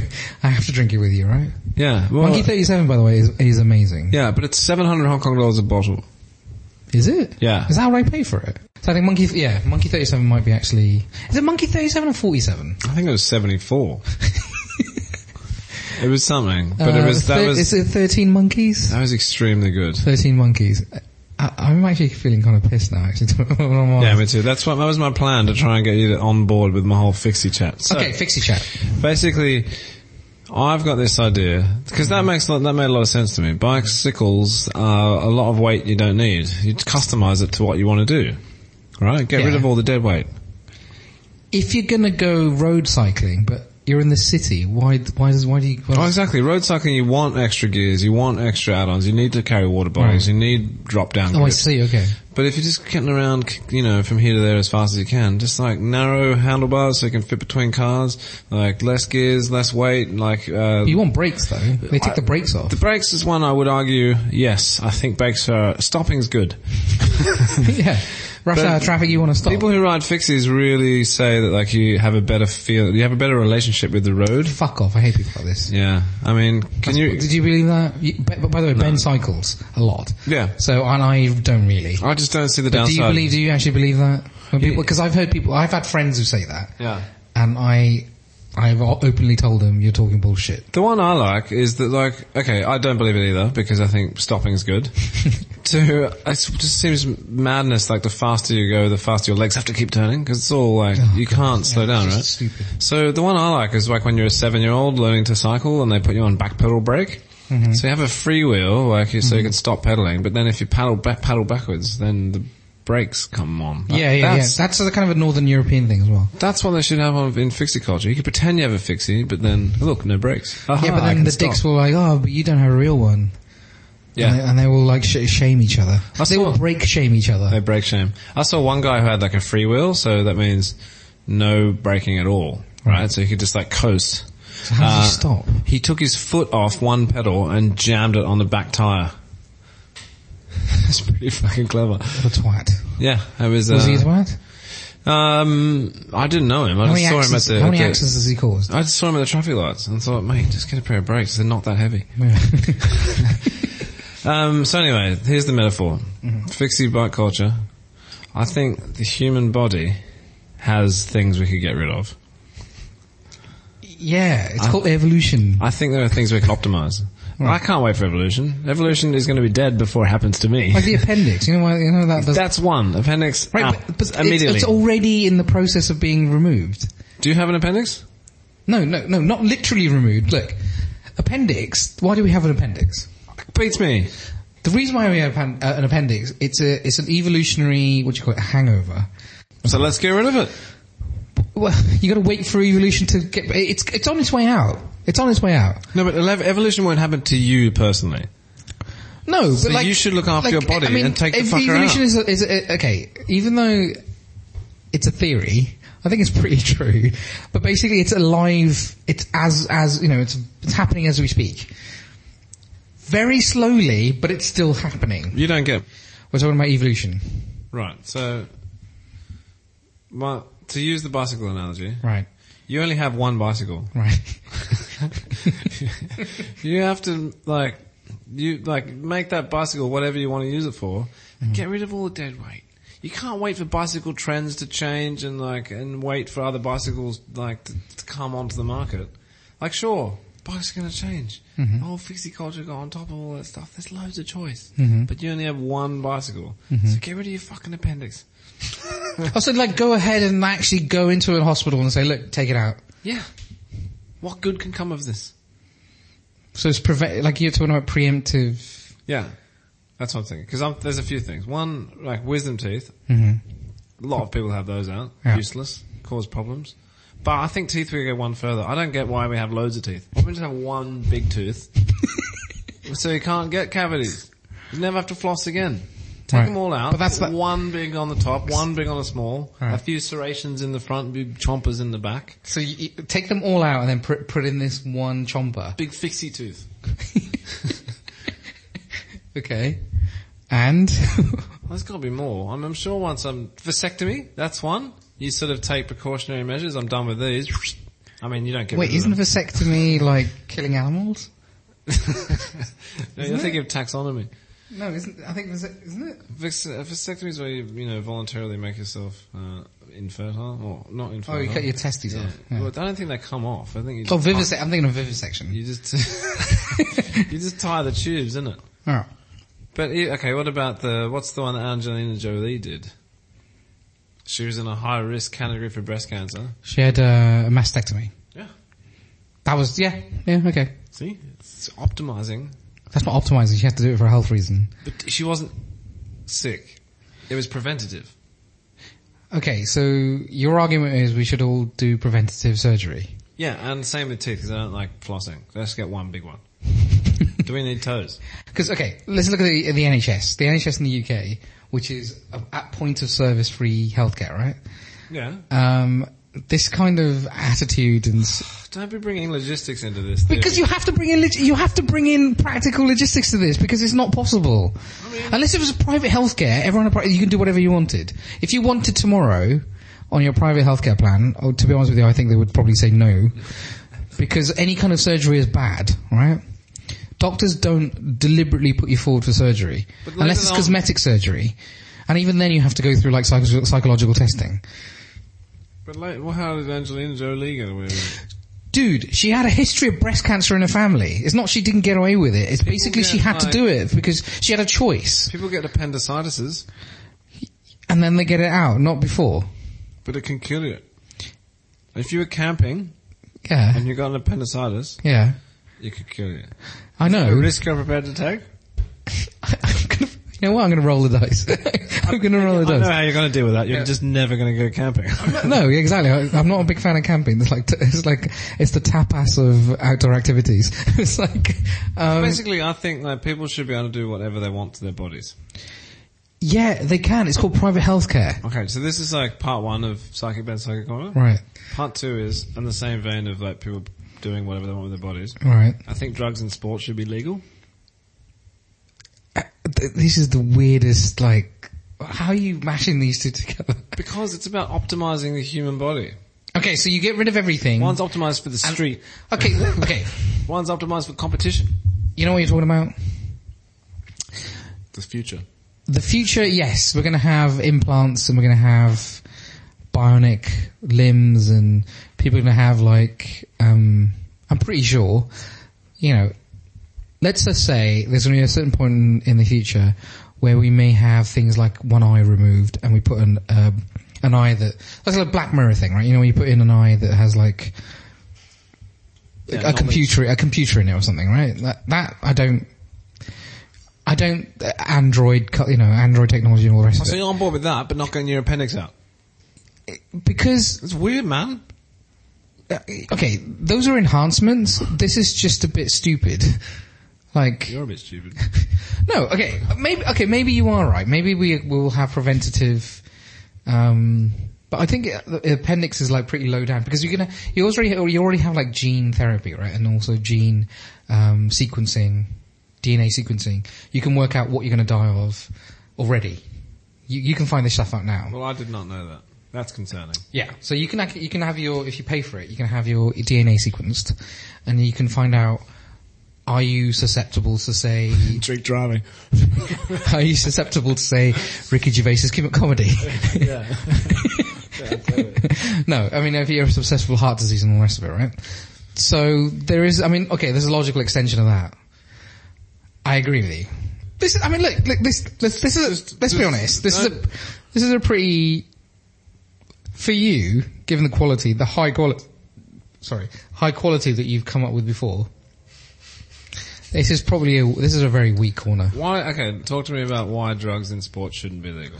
S2: I have to drink it with you, right?
S1: yeah. Well,
S2: Monkey Thirty Seven, by the way, is, is amazing.
S1: yeah, but it's 700 Hong Kong dollars a bottle.
S2: Is it?
S1: Yeah.
S2: Is that how I pay for it? So I think Monkey, yeah, Monkey 37 might be actually, is it Monkey 37 or 47?
S1: I think it was <laughs> 74. it was something, but it
S2: Uh,
S1: was, Uh. that
S2: thir-
S1: was,
S2: Is it 13 monkeys?
S1: that was extremely good.
S2: 13 monkeys. I, I'm actually feeling kind of pissed now, actually. <laughs>
S1: Yeah,
S2: yeah,
S1: me too. That's what, that was my plan to try and get you to- on board with my whole fixie chat. So,
S2: okay, fixie chat.
S1: basically, I've got this idea because that makes a lot- that made a lot of sense to me. Bicycles are a lot of weight you don't need. You customize it to what you want to do, right? Get rid
S2: Yeah.
S1: of all the dead weight.
S2: If you're gonna go road cycling, but you're in the city, why, why does, why do you,
S1: Oh,
S2: well,
S1: exactly. Road cycling, you want extra gears, you want extra add-ons, you need to carry water bottles, you need drop-down.
S2: oh I
S1: grips.
S2: see, okay.
S1: But if you're just getting around, c- you know, from here to there as fast as you can, just like narrow handlebars so you can fit between cars, like less gears, less weight, like uh,
S2: You want brakes though. They take the brakes off.
S1: The brakes is <laughs>
S2: <laughs>
S1: one I would argue, yes, I think brakes are, stopping's good.
S2: yeah. Rush
S1: But
S2: hour traffic, you want to stop.
S1: People who ride fixies really say that like you have a better feel, you have a better relationship with the road.
S2: Fuck off. I hate people like this.
S1: Yeah, I mean, can you?
S2: Did you believe that? You, but, but by the way, Ben cycles a lot.
S1: Yeah.
S2: So, and I don't really.
S1: I just don't see the
S2: But
S1: downside.
S2: do you believe, do you actually believe that? When people, cause I've heard people, I've had friends who say that.
S1: Yeah.
S2: And I, I've o- openly told them you're talking bullshit.
S1: The one I like is that like, okay, I don't believe it either because I think stopping is
S2: <laughs>
S1: good. Two, it just seems madness like the faster you go, the faster your legs have to keep turning because it's all like, you can't slow down,
S2: it's
S1: right?
S2: Oh, just stupid.
S1: So the one I like is like when you're a seven year old learning to cycle and they put you on back pedal brake.
S2: Mm-hmm.
S1: So you have a free wheel, like you, so you can stop pedaling, but then if you paddle back, paddle backwards, then the brakes come on. That-
S2: yeah, yeah,
S1: that's,
S2: yeah. That's a kind of a Northern European thing as well.
S1: That's what they should have on, in fixie culture. You could pretend you have a fixie, but then, look, no brakes. Aha,
S2: yeah, but
S1: I
S2: then
S1: can
S2: the
S1: stop.
S2: dicks were like, oh, but you don't have a real one.
S1: Yeah.
S2: And they, and they will like sh- shame each other.
S1: That's
S2: they will
S1: cool.
S2: break shame each other.
S1: No brake shame. I saw one guy who had like a free wheel, so that means no braking at all, right? So he could just like coast.
S2: so how does you stop?
S1: He took his foot off one pedal and jammed it on the back tire. <laughs> That's pretty fucking clever.
S2: What a twat.
S1: Yeah, it was.
S2: Was
S1: uh,
S2: he a twat?
S1: Um, I didn't know him. I
S2: How
S1: just
S2: many,
S1: saw
S2: accidents,
S1: him
S2: how
S1: at
S2: many
S1: the. at the
S2: accidents has he caused?
S1: I just saw him at the traffic lights and thought, mate, just get a pair of brakes. They're not that heavy. <laughs> Um, so anyway, here's the metaphor.
S2: Mm-hmm.
S1: Fixie bike culture. I think the human body has things we could get rid of.
S2: yeah, it's called evolution.
S1: I think there are things we can optimize. I can't wait for evolution. Evolution is going to be dead before it happens to me.
S2: like <laughs> the appendix. You know why? You know that Ah, does.
S1: That's one. Appendix
S2: right,
S1: out
S2: but, but it's-
S1: immediately.
S2: it's already in the process of being removed.
S1: Do you have an appendix?
S2: No, no, no, not literally removed. Look, appendix. Why do we have an appendix?
S1: Beats me.
S2: The reason why we have an, uh, an appendix, it's a, it's an evolutionary, what do you call it, hangover.
S1: So let's get rid of it.
S2: Well, <laughs> you gotta wait for evolution to get, it's, it's on its way out. It's on its way out.
S1: No, but elev- evolution won't happen to you personally.
S2: No,
S1: So
S2: but like
S1: you should look after
S2: like,
S1: your body
S2: I mean,
S1: and take the
S2: ev-
S1: fucker
S2: evolution
S1: out.
S2: Is, a, is a, okay. Even though it's a theory, I think it's <laughs> pretty true. But basically, it's alive. It's as as you know, it's it's happening as we speak. Very slowly, but it's still happening.
S1: You don't get
S2: We're talking about evolution,
S1: right. So, my, to use the bicycle analogy,
S2: right?
S1: you only have one bicycle. <laughs>
S2: Right.
S1: you have to like you like make that bicycle whatever you want to use it for and get rid of all the dead weight. You can't wait for bicycle trends to change and like and wait for other bicycles like to, to come onto the market. Like sure, bikes are going to change. The whole fixie culture got on top of all that stuff. There's loads of choice, but you only have one bicycle. So get rid of your fucking appendix.
S2: also, like, go ahead and actually go into a hospital and say, "Look, take it out."
S1: Yeah. What good can come of this?
S2: So it's prevent. Like you're talking about preemptive.
S1: Yeah, that's what I'm thinking. Because there's a few things. One, like wisdom teeth. A lot of people have those out.
S2: Mm-hmm. Yeah.
S1: Useless, cause problems. But I think teeth we go one further. I don't get why we have loads of teeth. Why don't we just have one big
S2: <laughs>
S1: tooth? so you can't get cavities. You never have to floss again. Take
S2: Right.
S1: them all out.
S2: But that's the-
S1: one big on the top, one big on the small, a
S2: Right.
S1: few serrations in the front, big chompers in the back,
S2: So you, you take them all out and then put put in this one
S1: <laughs>
S2: chomper.
S1: big fixie tooth.
S2: Okay.
S1: <laughs>
S2: And
S1: There's got to be more. I'm, I'm sure once I'm vasectomy, that's one. You sort of take precautionary measures. I'm done with these. I mean, you don't get.
S2: wait,
S1: rid of
S2: isn't a
S1: them.
S2: vasectomy like killing animals?
S1: <laughs> No, you're thinking of taxonomy.
S2: No, isn't I think vase- isn't it?
S1: Vas- uh, vasectomy is where you you know voluntarily make yourself uh, infertile or not
S2: Oh,
S1: infertile.
S2: you cut your testes
S1: Yeah.
S2: off. Yeah.
S1: Well, I don't think they come off. I think you
S2: Oh,
S1: just,
S2: vivisec. I'm thinking of vivisection. <laughs>
S1: you just <laughs> you just tie the tubes, isn't it?
S2: Oh.
S1: But e- okay, what about the what's the one that Angelina Jolie did? She was in a high risk category for breast cancer.
S2: She had uh, a mastectomy.
S1: Yeah.
S2: That was yeah, yeah, okay.
S1: See, it's optimizing
S2: That's not optimizing. She had to do it for a health reason.
S1: But she wasn't sick. It was preventative.
S2: Okay, so your argument is we should all do preventative surgery.
S1: Yeah, and same with teeth because I don't like flossing. Let's get one big one. Do we need toes?
S2: Because okay, let's look at the, the NHS. The NHS in the UK, which is a, at point of service free healthcare, right?
S1: <laughs> Yeah.
S2: Um, this kind of attitude and s-
S1: Oh, Don't be bringing logistics into this.
S2: Because you have to bring in log- you have to bring in practical logistics to this because it's not possible. Unless it was private healthcare, everyone had pri- you can do whatever you wanted. If you wanted tomorrow on your private healthcare plan, or to be honest with you, I think they would probably say no because any kind of surgery is bad, right? Doctors don't deliberately put you forward for surgery
S1: But
S2: unless
S1: later
S2: it's
S1: on-
S2: cosmetic surgery. And even then you have to go through like psycho- psychological testing.
S1: But like, well, how did Angelina Jolie get away with it?
S2: dude, she had a history of breast cancer in her family. It's not she didn't get away with it. It's basically she
S1: get,
S2: had to
S1: like-
S2: do it because she had a choice,
S1: People get appendicitis,
S2: and then they get it out, not before.
S1: but it can kill you. If you were camping
S2: Yeah,
S1: and you got an appendicitis,
S2: yeah.
S1: you could kill you.
S2: I
S1: The
S2: know.
S1: risk you're prepared to take?
S2: <laughs> I'm gonna, you know what? I'm gonna roll the dice. <laughs> I'm gonna roll
S1: I
S2: the
S1: know
S2: dice.
S1: how you're going to deal with that. You're just never going to go <laughs> camping.
S2: No, exactly. I, I'm not a big fan of camping. It's like it's like it's the tapas of outdoor activities. <laughs> it's like, um,
S1: Basically, I think that people should be able to do whatever they want to their bodies.
S2: yeah, they can. It's called private healthcare,
S1: Okay, so this is like part one of Psychic Bed, Psychic Corner.
S2: right?
S1: Part two is in the same vein of like people doing whatever they want with their bodies.
S2: Right.
S1: I think drugs in sports should be legal.
S2: Uh, th- This is the weirdest. Like, how are you mashing these two <laughs> together?
S1: Because it's about optimizing the human body.
S2: Okay, so you get rid of everything.
S1: One's optimized for the street.
S2: okay, w- okay.
S1: One's optimized for competition.
S2: You know what you're talking about?
S1: The future.
S2: The future, yes, we're going to have implants and we're going to have bionic limbs and people are going to have like, um, I'm pretty sure, you know, let's just say there's going to be a certain point in, in the future where we may have things like one eye removed and we put an, um, an eye that, that's like a black mirror thing, right? You know, when you put in an eye that has like,
S1: Yeah,
S2: a
S1: knowledge.
S2: computer, a computer in it or something, right? That, that I don't, I don't uh, Android, co- you know, Android technology and all the rest
S1: So
S2: of
S1: you're on board with that, but not getting your appendix out.
S2: it. Because
S1: It's weird, man.
S2: uh, okay, those are enhancements. This is just a bit stupid. <laughs> Like
S1: You're a bit stupid.
S2: no, okay, maybe okay, maybe you are right. Maybe we we will have preventative. Um, but I think the appendix is like pretty low down because you're gonna you already you already have like gene therapy right, and also gene um, sequencing, DNA sequencing. You can work out what you're gonna die of already. You you can find this stuff out now.
S1: Well, I did not know that. That's concerning.
S2: Yeah. So you can ac- you can have your if you pay for it, you can have your DNA sequenced, and you can find out are you susceptible to say
S1: Drink driving.
S2: <laughs> are you susceptible to say Ricky Gervais's com- comedy?
S1: <laughs>
S2: <laughs>
S1: Yeah.
S2: no, I mean if you have successful heart disease and all the rest of it, right? So there is, I mean, okay, there's a logical extension of that. I agree with you. This, is- I mean, look, look this, this, this is, a, let's be
S1: just-
S2: honest, this is a,
S1: no.
S2: this is a pretty, for you, given the quality, the high quality, sorry, high quality that you've come up with before, this is probably a, this is a very weak corner.
S1: Why? Okay, talk to me about why drugs in sports shouldn't be legal.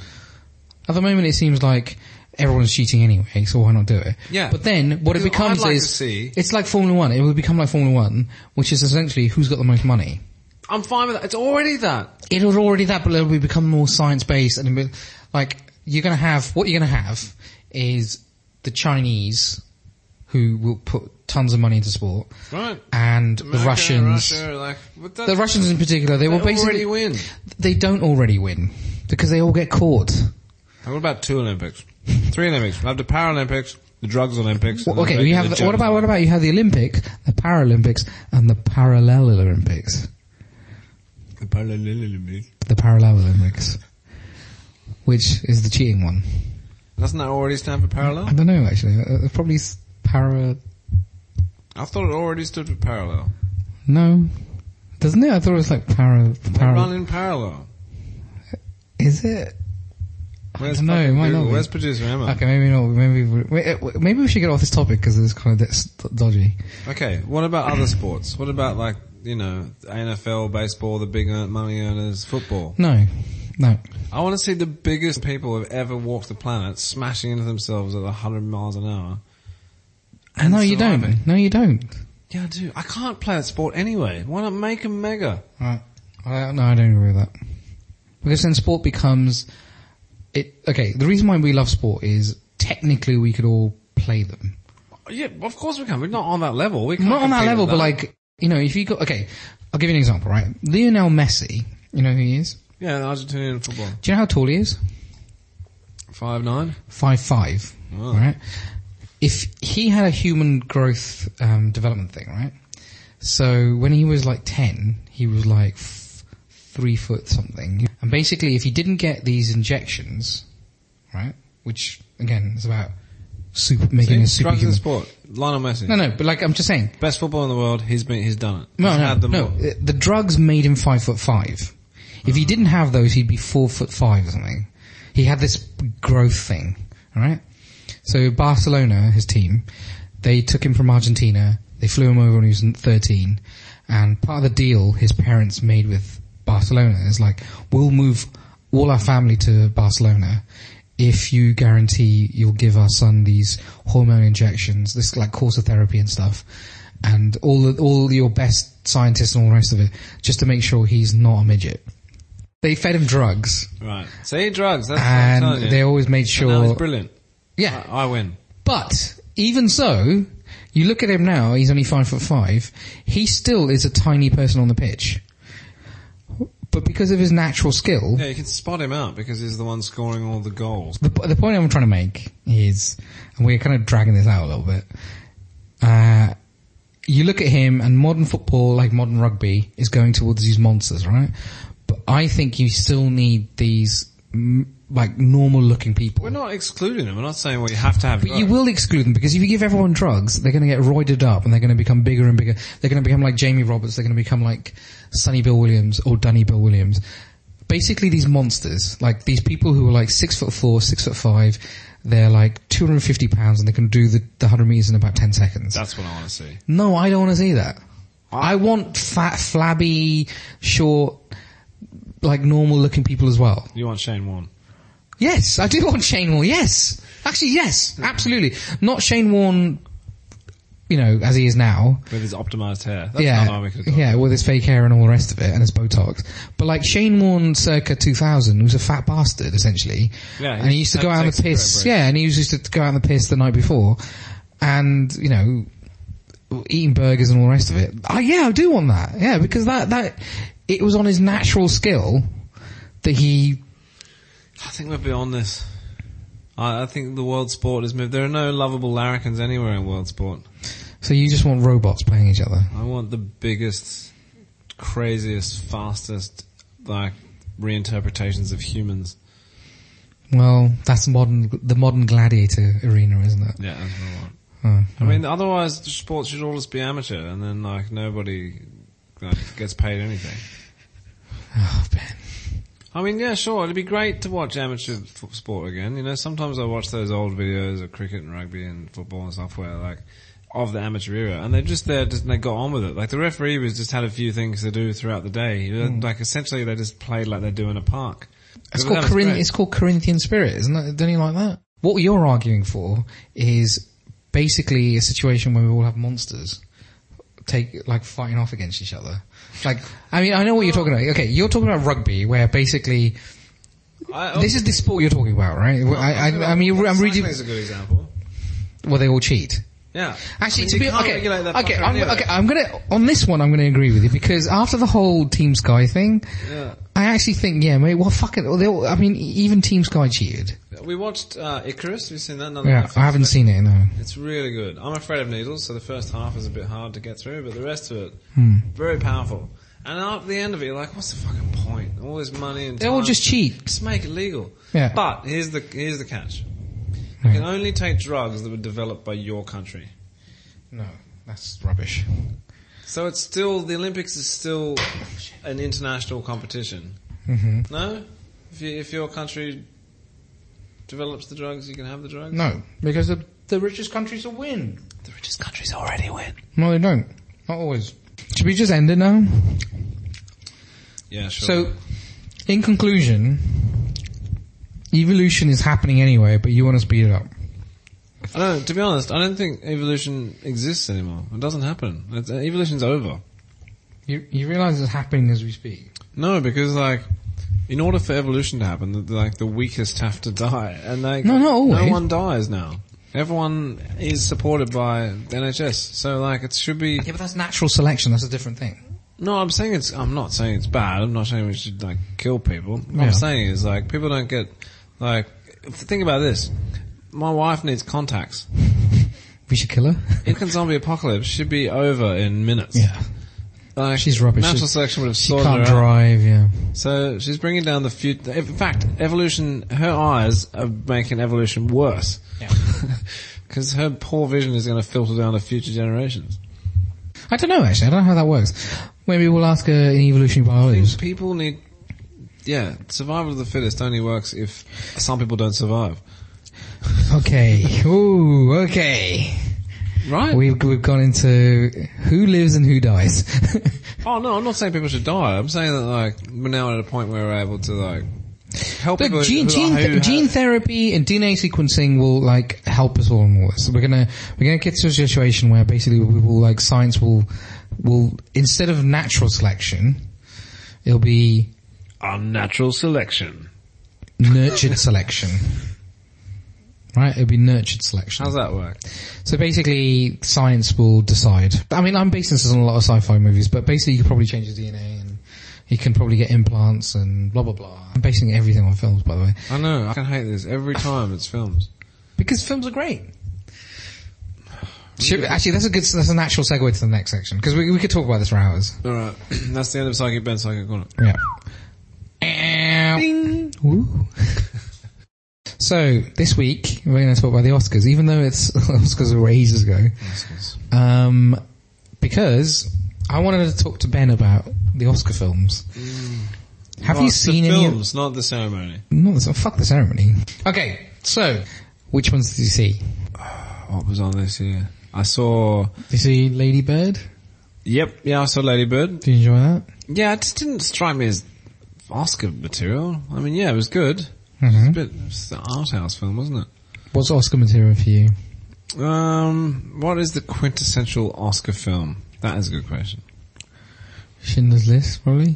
S2: At the moment, it seems like everyone's cheating anyway, so why not do it?
S1: Yeah.
S2: But then what
S1: Because I'd
S2: it becomes
S1: like
S2: is
S1: to see-
S2: it's like Formula One. It will become like Formula One, which is essentially who's got the most money.
S1: I'm fine with that. It's already that.
S2: It'll already that, but it'll be- become more science based, and it'll be- like you're gonna have what you're gonna have is the Chinese who will put tons of money into sport,
S1: Right.
S2: and the
S1: America,
S2: Russians.
S1: Russia, like, but that,
S2: The Russians in particular, they,
S1: they
S2: will basically
S1: already win.
S2: they don't already win because they all get caught.
S1: And what about two Olympics? Three Olympics. We'll have the Paralympics, the drugs Olympics. and
S2: Well, okay,
S1: the-
S2: we
S1: and
S2: have.
S1: the
S2: what about what
S1: German-
S2: about you have the Olympic, the Paralympics, and the Parallel Olympics?
S1: The Paralympic Olympics.
S2: The Parallel Olympics, which is the cheating one.
S1: Doesn't that already stand for
S2: I
S1: parallel?
S2: don't know actually. Uh, uh, probably s- para.
S1: I thought it already stood for parallel.
S2: No, doesn't it? I thought it was like para.
S1: Run
S2: para
S1: in parallel.
S2: is it?
S1: Where's
S2: don't know,
S1: fucking
S2: it might
S1: Google?
S2: not be.
S1: Where's producer Emma?
S2: Okay, maybe not. Maybe we- wait, uh, w- maybe we should get off this topic because it's kind of dodgy.
S1: Okay, what about other sports? What about like, you know, NFL, baseball, the big earn- money earners, football?
S2: No, no.
S1: I want to see the biggest people who have ever walked the planet smashing into themselves at 100 miles an hour. And
S2: no, you
S1: surviving.
S2: don't. No, you don't.
S1: Yeah, I do. I can't play that sport anyway. Why not make them mega?
S2: Right. I, no, I don't agree with that. Because then sport becomes it. Okay, the reason why we love sport is technically we could all play play them.
S1: Yeah, of course we can. We're not on that level. We can't
S2: Not on that
S1: compete
S2: level,
S1: with
S2: but like, you know, if you go, okay, I'll give you an example, right? Lionel Messi, you know who he is?
S1: yeah, Argentinian football,
S2: Do you know how tall he is?
S1: five nine.
S2: Five five,
S1: Wow.
S2: right? If he had a human growth um, development thing, right? So when he was like ten, he was like f- three foot something, and basically, if he didn't get these injections, right, which again is about super making a
S1: See? Drugs in
S2: superhuman.
S1: sport. Lionel Messi,
S2: No, no, but like I'm just saying,
S1: best football in the world. He's been, he's done it.
S2: no,
S1: he's
S2: no,
S1: had them
S2: no. Uh,
S1: all. Ah.
S2: The, the drugs made him five foot five. If he didn't have those, he'd be four foot five or something. He had this growth thing, all right? So Barcelona, his team, they took him from Argentina. They flew him over when he was 13. And part of the deal his parents made with Barcelona is like, we'll move all our family to Barcelona if you guarantee you'll give our son these hormone injections, this like course of therapy and stuff, and all the, all your best scientists and all the rest of it, just to make sure he's not a midget. They fed him drugs,
S1: Right. See, drugs. <laughs> That's what I'm
S2: and
S1: telling you.
S2: they always made
S1: And now he's
S2: sure.
S1: brilliant.
S2: Yeah,
S1: I, I win.
S2: but even so, you look at him now, he's only five foot five. He still is a tiny person on the pitch. But because of his natural skill,
S1: Yeah, you can spot him out because he's the one scoring all the goals.
S2: the, the point I'm trying to make is, and we're kind of dragging this out a little bit, uh, you look at him and modern football, like modern rugby, is going towards these monsters, right? But I think you still need these, mm, like, normal looking people.
S1: We're not excluding him. We're not saying well you have to have.
S2: But you will exclude them because if you give everyone drugs, they're going to get roided up and they're going to become bigger and bigger. They're going to become like Jamie Roberts. They're going to become like Sonny Bill Williams or Dunny Bill Williams. Basically these monsters, like these people who are like six foot four, six foot five, they're like 250 pounds and they can do the, the 100 meters in about 10 seconds.
S1: That's what I want to see.
S2: No, I don't want to see that. I want fat, flabby, short, like normal looking people as well.
S1: You want Shane Warne?
S2: Yes, I do want Shane Warne. Yes, actually, yes, absolutely. Not Shane Warne, you know, as he is now.
S1: with his optimized hair. That's
S2: yeah,
S1: not how we could
S2: yeah, with his fake hair and all the rest of it, and his Botox. But like Shane Warne, circa 2000, was a fat bastard essentially.
S1: Yeah, he
S2: and he used to
S1: had
S2: go out on the
S1: sex with
S2: piss.
S1: Brett Brooks.
S2: Yeah, and he was used to go out on the piss the night before, and you know, eating burgers and all the rest of it. I, yeah, I do want that. Yeah, because that that it was on his natural skill that he
S1: I think we're beyond this. I, I think the world sport has moved. There are no lovable larrikins anywhere in world sport.
S2: So you just want robots playing each other?
S1: I want the biggest, craziest, fastest, like, reinterpretations of humans.
S2: Well, that's modern, the modern gladiator arena, isn't it?
S1: Yeah, that's what I want. I
S2: Oh,
S1: mean, otherwise the sports should all just be amateur and then like nobody like, gets paid anything.
S2: oh, Ben.
S1: I mean, yeah, sure. It'd be great to watch amateur f- sport again. You know, sometimes I watch those old videos of cricket and rugby and football and stuff where like of the amateur era, and they're just there, just and they got on with it. Like the referee was just had a few things to do throughout the day. Like essentially, they just played like they do in a park. But
S2: It's called,
S1: that was
S2: Corin-
S1: great.
S2: it's called Corinthian spirit, isn't it? Don't you like that? What you're arguing for is basically a situation where we all have monsters take, like fighting off against each other. Like, I mean, I know what you're talking about. Okay, you're talking about rugby where basically,
S1: I,
S2: this is the sport you're talking about, right? I, I, I mean, I'm reading,
S1: Cycling's a good example.
S2: well, they all cheat.
S1: Yeah, I
S2: Actually,
S1: mean,
S2: to
S1: you
S2: be
S1: can't
S2: okay,
S1: regulate that
S2: okay,
S1: fucker
S2: I'm,
S1: anyway.
S2: okay, I'm gonna on this one. I'm gonna agree with you because after the whole Team Sky thing,
S1: Yeah.
S2: I actually think yeah, mate. Well, fuck it. well, they all- I mean, e-, even Team Sky cheated.
S1: We watched uh, Icarus. Have you seen that? Another
S2: Yeah,
S1: Netflix
S2: I haven't seen it. No.
S1: It's really good. I'm afraid of needles, so the first half is a bit hard to get through, but the rest of it,
S2: Hmm.
S1: very powerful. And at the end of it, you're like, what's the fucking point? All this money and
S2: They all
S1: time.
S2: just cheat.
S1: just make it legal.
S2: Yeah.
S1: But here's the here's the catch. You can only take drugs that were developed by your country.
S2: No, that's rubbish.
S1: So it's still the Olympics is still an international competition. Mm-hmm. No, if you, if your country develops the drugs, you can have the drugs.
S2: No, because the the richest countries will win.
S1: The richest countries already win.
S2: No, they don't. Not always. Should we just end it now?
S1: Yeah, sure.
S2: So, in conclusion, evolution is happening anyway, but you want to speed it up.
S1: I don't. know, To be honest, I don't think evolution exists anymore. It doesn't happen. It's, uh, evolution's over.
S2: You you realize it's happening as we speak.
S1: No, because like, in order for evolution to happen, the, like the weakest have to die, and like
S2: No, not always.
S1: no one dies now. Everyone is supported by the NHS, so like it should be.
S2: Yeah, but that's natural selection. That's a different thing.
S1: No, I'm saying it's. I'm not saying it's bad. I'm not saying we should like kill people. What
S2: Yeah.
S1: I'm saying is like people don't get like. Think about this. My wife needs contacts.
S2: We should <laughs> kill her.
S1: Infant zombie apocalypse should be over in minutes. Like,
S2: She's rubbish.
S1: Natural
S2: She-
S1: selection would have
S2: She
S1: sorted her
S2: can't
S1: out.
S2: drive, yeah.
S1: So she's bringing down the future. In fact, evolution. Her eyes are making evolution worse. <laughs>
S2: Yeah.
S1: Because her poor vision is going to filter down to future generations.
S2: I don't know actually, I don't know how that works. Maybe we'll ask her in evolutionary biology.
S1: People need. Yeah, survival of the fittest only works if some people don't survive.
S2: Okay. Ooh, okay.
S1: Right?
S2: We've, we've gone into who lives and who <laughs> dies.
S1: oh no, I'm not saying people should die. I'm saying that like we're now at a point where we're able to like help people.
S2: Look, gene,
S1: who-
S2: gene,
S1: who have-
S2: gene therapy and DNA sequencing will like help us all in all this. We're gonna, we're gonna get to a situation where basically we will like science will, will, instead of natural selection, it'll be
S1: unnatural selection.
S2: nurtured selection. Right? It'll be nurtured selection.
S1: How's that work?
S2: So basically, science will decide. I mean, I'm basing this on a lot of sci-fi movies, but basically you could probably change his DNA and he can probably get implants and blah blah blah. I'm basing everything on films, by the way.
S1: I know. I can hate this every time it's films.
S2: Because films are great. Should, actually, that's a good, that's a natural segue to the next section, because we, we could talk about this for hours.
S1: All right, <clears throat> that's the end of Psychic Ben Psychic Corner.
S2: Yeah. Woo. <laughs> so, this week, we're going to talk about the Oscars, even though it's, <laughs> Oscars were ages ago. Um, because I wanted to talk to Ben about the Oscar films. Have
S1: Oh,
S2: you
S1: it's the
S2: seen any? Of,
S1: films, not the ceremony?
S2: no, that's- fuck the ceremony. Okay, so which ones did you see?
S1: What was on this year? I saw.
S2: Did you see Lady Bird?
S1: Yep, yeah, I saw Lady Bird.
S2: Did you enjoy that?
S1: Yeah, it just didn't strike me as Oscar material. I mean, yeah, it was good.
S2: Mhm.
S1: It was a bit, it was an art house film, wasn't
S2: What's Oscar material for you?
S1: it? Um, what is the quintessential Oscar film? That is a good question.
S2: Schindler's List, probably.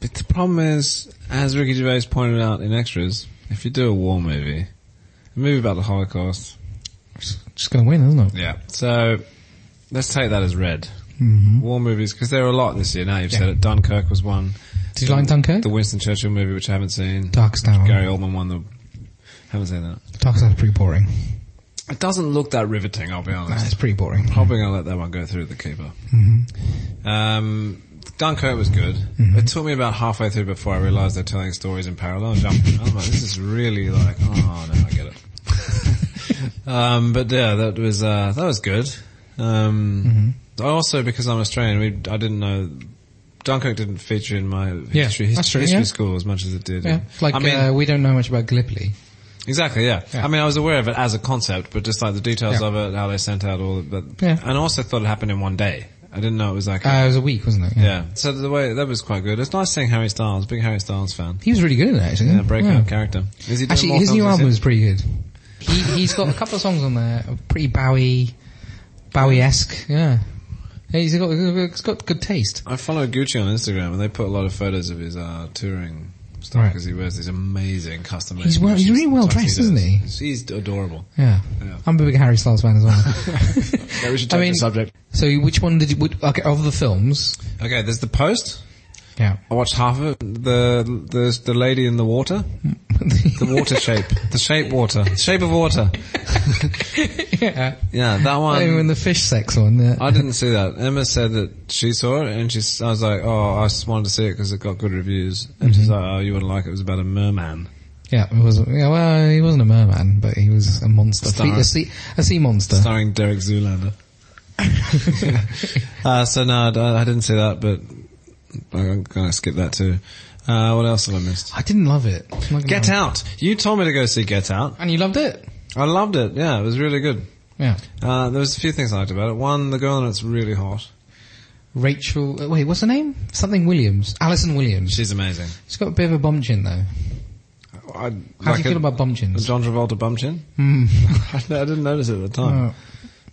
S1: But the problem is, as Ricky Gervais pointed out in Extras, if you do a war movie, a movie about the Holocaust,
S2: It's just going to win, isn't it?
S1: yeah. So let's take that as read.
S2: Mm-hmm.
S1: War movies, because there are a lot this year. Now you've said
S2: Yeah.
S1: it. Dunkirk was one.
S2: Did you like Dunkirk?
S1: The Winston Churchill movie, which I haven't seen.
S2: Dark Star.
S1: Gary Oldman won the. Haven't seen that.
S2: Dark Star's pretty boring.
S1: It doesn't look that riveting. I'll be
S2: Nah,
S1: honest.
S2: it's pretty boring.
S1: Probably gonna let that one go through the keeper.
S2: Mm-hmm.
S1: Um, Dunkirk was good. It took me about halfway through before I realised they're telling stories in parallel. Jumping. I was like, this is really like, oh no, I get
S2: <laughs>
S1: it. um, but yeah, that was uh, that was good. Um,
S2: Mm-hmm.
S1: I also because I'm Australian, we I didn't know. Dunkirk didn't feature in my
S2: Yeah,
S1: history,
S2: that's
S1: history,
S2: true,
S1: history
S2: yeah.
S1: school as much as it did.
S2: Yeah, like
S1: I mean,
S2: uh, we don't know much about Gallipoli.
S1: Exactly, yeah.
S2: Yeah.
S1: I mean, I was aware of it as a concept, but just like the details
S2: Yeah.
S1: of it, how they sent out all of that.
S2: Yeah.
S1: And I also thought it happened in one day. I didn't know it was like,
S2: Uh, it was a week, wasn't it?
S1: yeah. So the way, that was quite good. It's nice seeing Harry Styles, big Harry Styles fan.
S2: He was really good in it, actually.
S1: Yeah, breakout
S2: Mm. Yeah.
S1: character. Is he doing
S2: Actually,
S1: more
S2: his new
S1: films this
S2: album
S1: year?
S2: is pretty good. He, he's got a couple of songs on there, are pretty Bowie, Bowie-esque, yeah. Yeah, He's got, he's got good taste.
S1: I follow Gucci on Instagram and they put a lot of photos of his, uh, touring stuff
S2: Right.
S1: because he wears these amazing custom
S2: He's well- he's really well dressed, isn't he?
S1: He's adorable.
S2: Yeah.
S1: Yeah.
S2: I'm a big Harry Styles fan as well.
S1: <laughs> Yeah, we should
S2: I
S1: change
S2: mean-
S1: the subject.
S2: so which one did you, would, okay, of the films?
S1: Okay, there's the post.
S2: Yeah.
S1: I watched half of it. The, there's the lady in the water. The water shape. The shape water. Shape of water.
S2: <laughs> yeah.
S1: Yeah, that
S2: I mean,
S1: one.
S2: the fish sex one, yeah.
S1: I didn't see that. Emma said that she saw it and she, s- I was like, oh, I just wanted to see it because it got good reviews. And she's like, oh, you wouldn't like it. It was about a merman.
S2: yeah, it was, yeah, well, he wasn't a merman, but he was a monster.
S1: Star-
S2: A sea, a sea monster. <laughs>
S1: Starring Derek Zoolander. uh, so no, I, I didn't see that, but I'm gonna skip that too. Uh, what else have I missed?
S2: I didn't love it. I'm not gonna
S1: Get
S2: lie.
S1: Out! You told me to go see Get Out.
S2: And you loved it?
S1: I loved it, yeah, it was really good.
S2: Yeah.
S1: Uh, there was a few things I liked about it. One, the girl in it's really hot.
S2: Rachel, uh, wait, what's her name? Something Williams. Alison Williams.
S1: She's amazing.
S2: She's got a bit of a bum chin though.
S1: I,
S2: How
S1: like
S2: do you
S1: a- <laughs>
S2: feel about bum chins?
S1: John
S2: Hmm.
S1: Travolta bum chin? I didn't notice it at the time.
S2: Oh.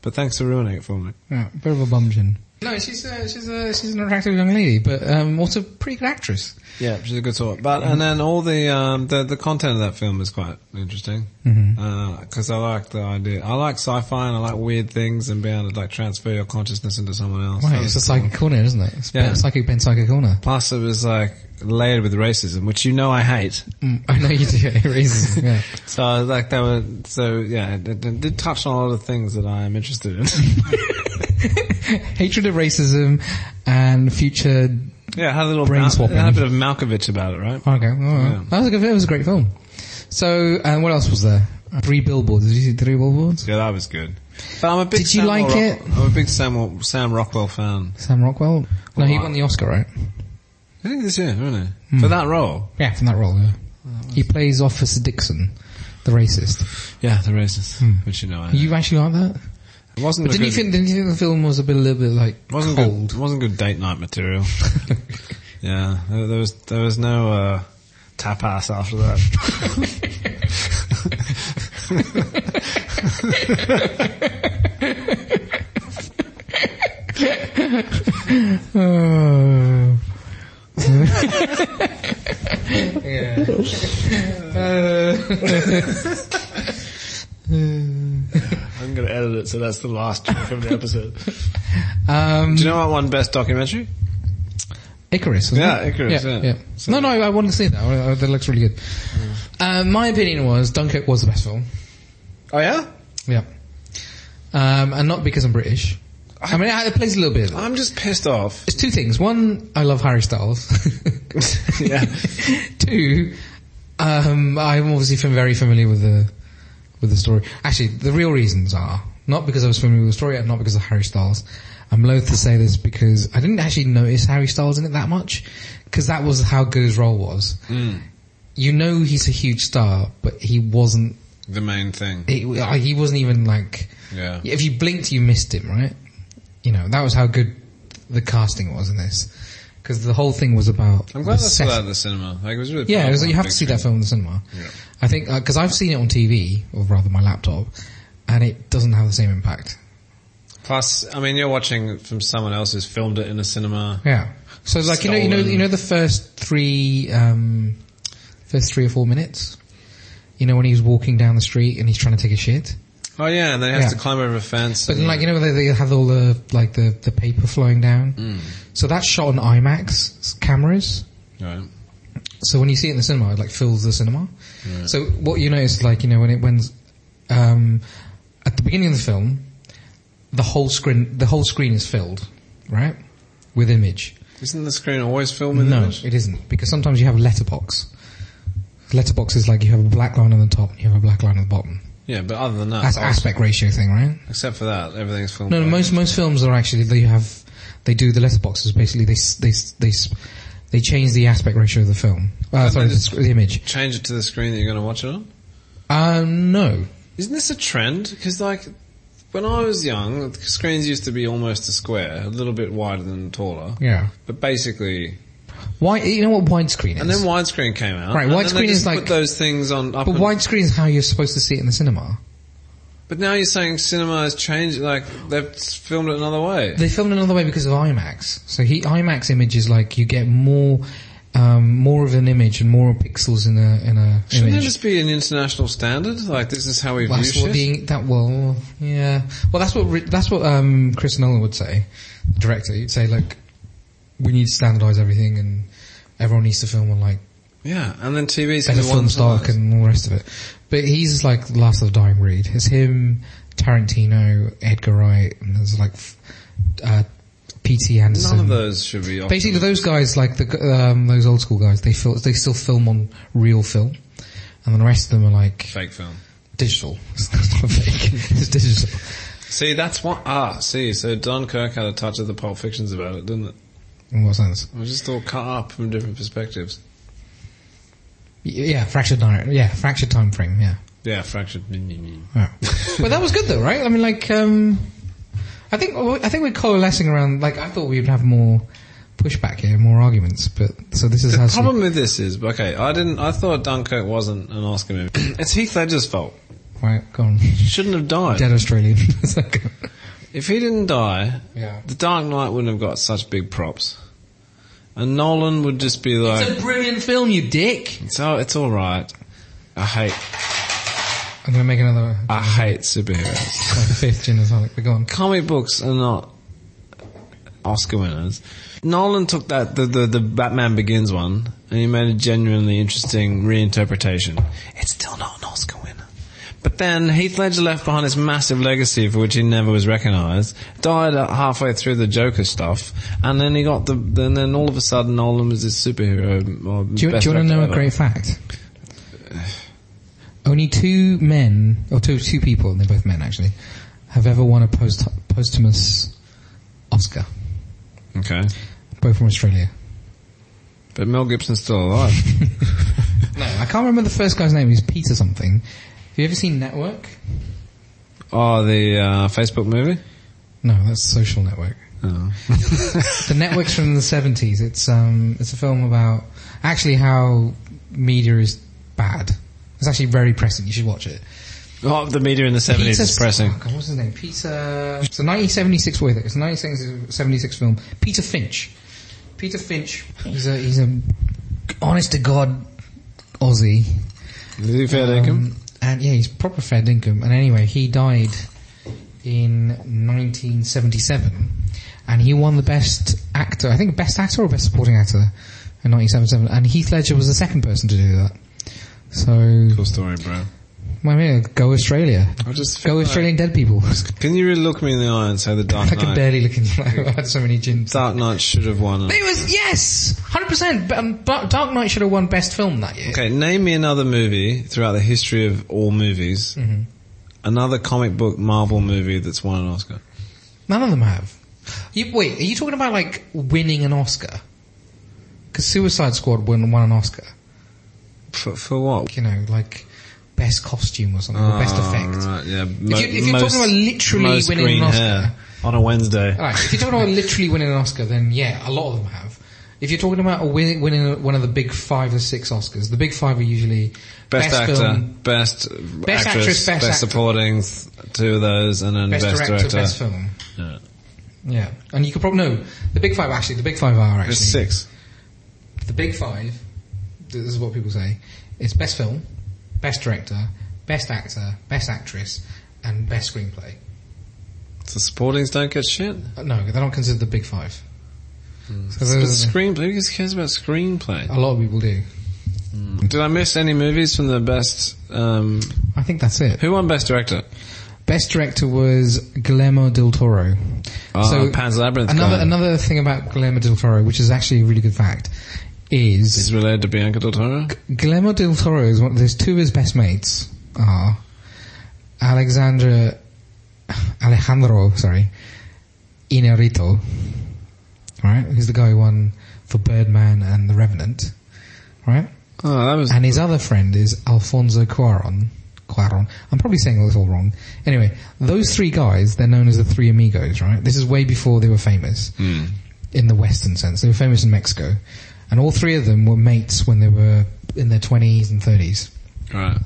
S1: But thanks for ruining it for me.
S2: Yeah, bit of a bumjin. No, she's uh, she's uh, she's an attractive young lady, but um, also a pretty good actress.
S1: Yeah, she's a good sort. But and then all the um, the the content of that film is quite interesting
S2: Mm-hmm.
S1: because I like the idea. I like sci-fi and I like weird things and being able to like transfer your consciousness into someone else.
S2: Right,
S1: That
S2: it's
S1: was
S2: a psychic corner, isn't it? It's
S1: Yeah.
S2: yeah. psychic Ben psychic corner.
S1: Plus, it was like layered with racism, which you know I hate.
S2: Mm, I know you do. <laughs> It raises. Yeah.
S1: So I was like that were so yeah, it, it- it did touch on a lot of things that I am interested in. <laughs>
S2: Hatred of racism and future.
S1: yeah, it had a little
S2: Brain
S1: Mal-
S2: swapping.
S1: It had a bit of Malkovich about it, right?
S2: Okay, all right.
S1: Yeah.
S2: Oh, that was a good. It was a great film. So, and what else was there? Three billboards. Did you see three billboards?
S1: Yeah, that was good. But I'm a big
S2: Did you
S1: Sam
S2: like
S1: Rockwell-
S2: it?
S1: I'm a big Sam Sam Rockwell fan.
S2: Sam Rockwell. No, he
S1: Well, I-
S2: won the Oscar, right?
S1: I think this year, isn't it? For that role.
S2: Yeah, from that role. Yeah. He plays Officer Dixon, the racist.
S1: Yeah, the racist, which you know, I
S2: You actually like that?
S1: it wasn't.
S2: But
S1: a
S2: didn't you
S1: good-
S2: think? Didn't you think the film was a bit, a little bit like
S1: wasn't
S2: cold?
S1: good, wasn't good date night
S2: <laughs>
S1: material. yeah, there, there was there was no uh, tapas after that.
S2: Oh. yeah.
S1: I'm gonna edit it, so that's the last track of the episode. <laughs> Do
S2: um,
S1: you know what won best documentary?
S2: Icarus. wasn't
S1: Yeah,
S2: it?
S1: Icarus, yeah. So-
S2: No, no, I wanted to see that. I- I- That looks really good. Um, my opinion was Dunkirk was the best film.
S1: Oh yeah,
S2: Yeah. Um, and not because I'm British. I, mean, it, it plays a little bit.
S1: I'm just pissed off.
S2: It's two things. One, I love Harry Styles.
S1: Yeah.
S2: <laughs> Two, um, I'm obviously fam- very familiar with the with the story. Actually, the real reasons are not because I was familiar with the story, and not because of Harry Styles. I'm loath to say this because I didn't actually notice Harry Styles in it that much, because that was how good his role was.
S1: Hmm,
S2: You know he's a huge star, but he wasn't.
S1: The main thing.
S2: He, he wasn't even like.
S1: Yeah.
S2: If you blinked, you missed him, right? You know that was how good the casting was in this, because the whole thing was about.
S1: I'm glad I
S2: the
S1: saw
S2: set-
S1: that in the cinema. Like it was really.
S2: yeah, it was,
S1: powerful
S2: you
S1: on
S2: have to
S1: big
S2: see
S1: screen.
S2: that film in the cinema.
S1: Yeah.
S2: I think because I've seen it on TV, or rather my laptop, and it doesn't have the same impact.
S1: Plus, I mean, you're watching from someone else who's filmed it in a cinema.
S2: Yeah. So like you know, you know,
S1: Stolen.
S2: you know the first three, um, first three or four minutes. You know when he's walking down the street and he's trying to take a shit,
S1: Oh yeah, and then he has
S2: Yeah.
S1: to climb over a fence.
S2: but
S1: and,
S2: then, like you know they, they have all the like the the paper flowing down.
S1: Mm.
S2: So that's shot on IMAX cameras.
S1: Right.
S2: So when you see it in the cinema, it like fills the cinema. So what you notice, like you know, when it when um, at the beginning of the film, the whole screen the whole screen is filled, right, with image.
S1: Isn't the screen always filmed with
S2: no,
S1: image?
S2: it isn't because sometimes you have a letterbox. Letterbox is like you have a black line on the top, and you have a black line on the bottom.
S1: Yeah, but other than that,
S2: That's aspect ratio thing, right?
S1: except for that, everything's filmed.
S2: Ah, No, no,
S1: by-
S2: most most films are actually they have they do the letterboxes. Basically, they s- they s- they s- they change the aspect ratio of the film. Uh,
S1: But
S2: sorry,
S1: then
S2: the, sc- the image.
S1: change it to the screen that you're going to watch it on.
S2: Uh, no,
S1: Isn't this a trend? Because like when I was young, the screens used to be almost a square, a little bit wider than taller.
S2: yeah.
S1: But basically,
S2: Why you know what widescreen is?
S1: and then widescreen came out.
S2: Right,
S1: and then they
S2: widescreen
S1: just
S2: is
S1: put
S2: like-
S1: those things on up.
S2: but
S1: and-
S2: widescreen is how you're supposed to see it in the cinema.
S1: but now you're saying cinema has changed. Like they've filmed it another way.
S2: They filmed another way because of IMAX. So he, IMAX image is like you get more, um, more of an image and more pixels in a in a
S1: Shouldn't there
S2: image.
S1: just be an international standard? Like this is how we
S2: Well,
S1: view
S2: that's what
S1: shit.
S2: being that well, yeah. Well, that's what re- that's what um, Chris Nolan would say, the director. He'd say, look, we need to standardize everything, and everyone needs to film on like
S1: yeah, and then TV's
S2: better
S1: gonna want
S2: film stock
S1: something.
S2: and all the rest of it. But he's like the last of the dying breed. It's him, Tarantino, Edgar Wright, and there's like f- uh, P.T. Anderson.
S1: None of those should be. Off
S2: Basically, those guys, like the g- um, those old school guys, they fil- they still film on real film, and then the rest of them are like
S1: fake film.
S2: digital. <laughs> It's not fake. It's digital.
S1: See, that's what. Ah, see, so Dunkirk had a touch of the Pulp Fictions about it, didn't it?
S2: In what sense?
S1: It was just all cut up from different perspectives.
S2: Y- Yeah, fractured narrative. Yeah, fractured time frame. Yeah.
S1: Yeah, fractured.
S2: Yeah. but that was good though, right? I mean, like, um, I think I think we're coalescing around. Like, I thought we'd have more pushback here, more arguments. But so this is how.
S1: The <clears throat>
S2: some-
S1: problem with this is, okay, I didn't. I thought Dunkirk wasn't an Oscar movie. it's Heath Ledger's fault.
S2: Right, gone.
S1: Shouldn't have died.
S2: Dead Australian. <laughs>
S1: If he didn't die,
S2: yeah.
S1: The Dark Knight wouldn't have got such big props. And Nolan would just be like,
S2: It's a brilliant film, you dick.
S1: it's, all- it's alright. I hate,
S2: I'm going to make another
S1: I hate superheroes.
S2: my fifth gin and tonic, but go on.
S1: Comic books are not Oscar winners. Nolan took that, the, the, the Batman Begins one, and he made a genuinely interesting reinterpretation. It's still not an Oscar winner. But then Heath Ledger left behind this massive legacy for which he never was recognised, died at- halfway through the Joker stuff, and then he got the, and then all of a sudden Nolan was this superhero. Or
S2: Do you, do you want to know a great fact? Only two men, or two, two people, and they're both men actually, have ever won a post, posthumous Oscar.
S1: Okay.
S2: Both from Australia.
S1: But Mel Gibson's still alive.
S2: No, I can't remember the first guy's name. He's Peter something. Have you ever seen Network?
S1: oh, the uh, Facebook movie?
S2: No, that's Social Network.
S1: Oh.
S2: The network's from the seventies. It's um, it's a film about actually how media is bad. It's actually very pressing. You should watch it.
S1: oh, the media in the 70s is
S2: Peter's-
S1: pressing.
S2: oh God, what's his name? Peter. It's a 1976 with it. It's a 1976 film. Peter Finch. Peter Finch. He's a he's a honest to god Aussie.
S1: Is he fair
S2: Um,
S1: dinkum?
S2: and yeah, he's proper fair dinkum. And anyway, he died in 1977, and he won the best actor. I think best actor or best supporting actor in 1977. And Heath Ledger was the second person to do that. So,
S1: Cool story, bro.
S2: my man, go Australia.
S1: I just feel
S2: Go
S1: like-
S2: Australian dead people.
S1: Can you really look me in the eye and say the Dark
S2: <laughs> I could
S1: Knight?
S2: barely look in I had so many gins.
S1: Dark Knight should have won. it.
S2: It was, yes! 100%! But, um, Ba- Dark Knight should have won Best Film that year.
S1: Okay, name me another movie throughout the history of all movies.
S2: Mm-hmm.
S1: Another comic book Marvel movie that's won an Oscar.
S2: None of them have. You, wait, are you talking about like winning an Oscar? Because Suicide Squad won, won an Oscar.
S1: For, for what?
S2: You know, like Best Costume or something, or Best
S1: Oh,
S2: Effect.
S1: Right, yeah.
S2: you- if you're talking about literally
S1: most
S2: winning
S1: green
S2: an Oscar-
S1: hair on a Wednesday.
S2: Alright, if you're talking about literally winning an Oscar, then yeah, a lot of them have. If you're talking about a win, winning one of the big five or six Oscars, the big five are usually
S1: Best, actor,
S2: film,
S1: best, actress,
S2: Best actress,
S1: best,
S2: best actor.
S1: supporting, two of those, and then
S2: best,
S1: best,
S2: director, best film.
S1: Yeah.
S2: Yeah, and you could probably no. The big five actually. The big five are actually
S1: There's six.
S2: the big five. This is what people say: it's best film, best director, best actor, best actress, and best screenplay.
S1: So supportings don't get shit.
S2: Uh, No, they're not considered the big five. So
S1: But
S2: those are the-
S1: screenplay, who cares about screenplay?
S2: a lot of people do.
S1: Did I miss any movies from the best? Um,
S2: I think that's it.
S1: who won best director?
S2: Best director was Guillermo del Toro.
S1: Uh, Pan's Labyrinth.
S2: Another
S1: guy.
S2: another thing about Guillermo del Toro, which is actually a really good fact, is
S1: He's related to Bianca Del Toro.
S2: Guillermo del Toro is one. There's two of his best mates are Alexandra Alejandro, sorry, Inarito, right? Who's the guy who won for Birdman and The Revenant, right?
S1: Oh, that was
S2: And his other friend is Alfonso Cuaron. Cuaron. I'm probably saying all this all wrong. Anyway, those three guys, they're known as the Three Amigos, right? This is way before they were famous
S1: Hmm.
S2: in the Western sense. They were famous in Mexico. And all three of them were mates when they were in their 20s and 30s.
S1: right.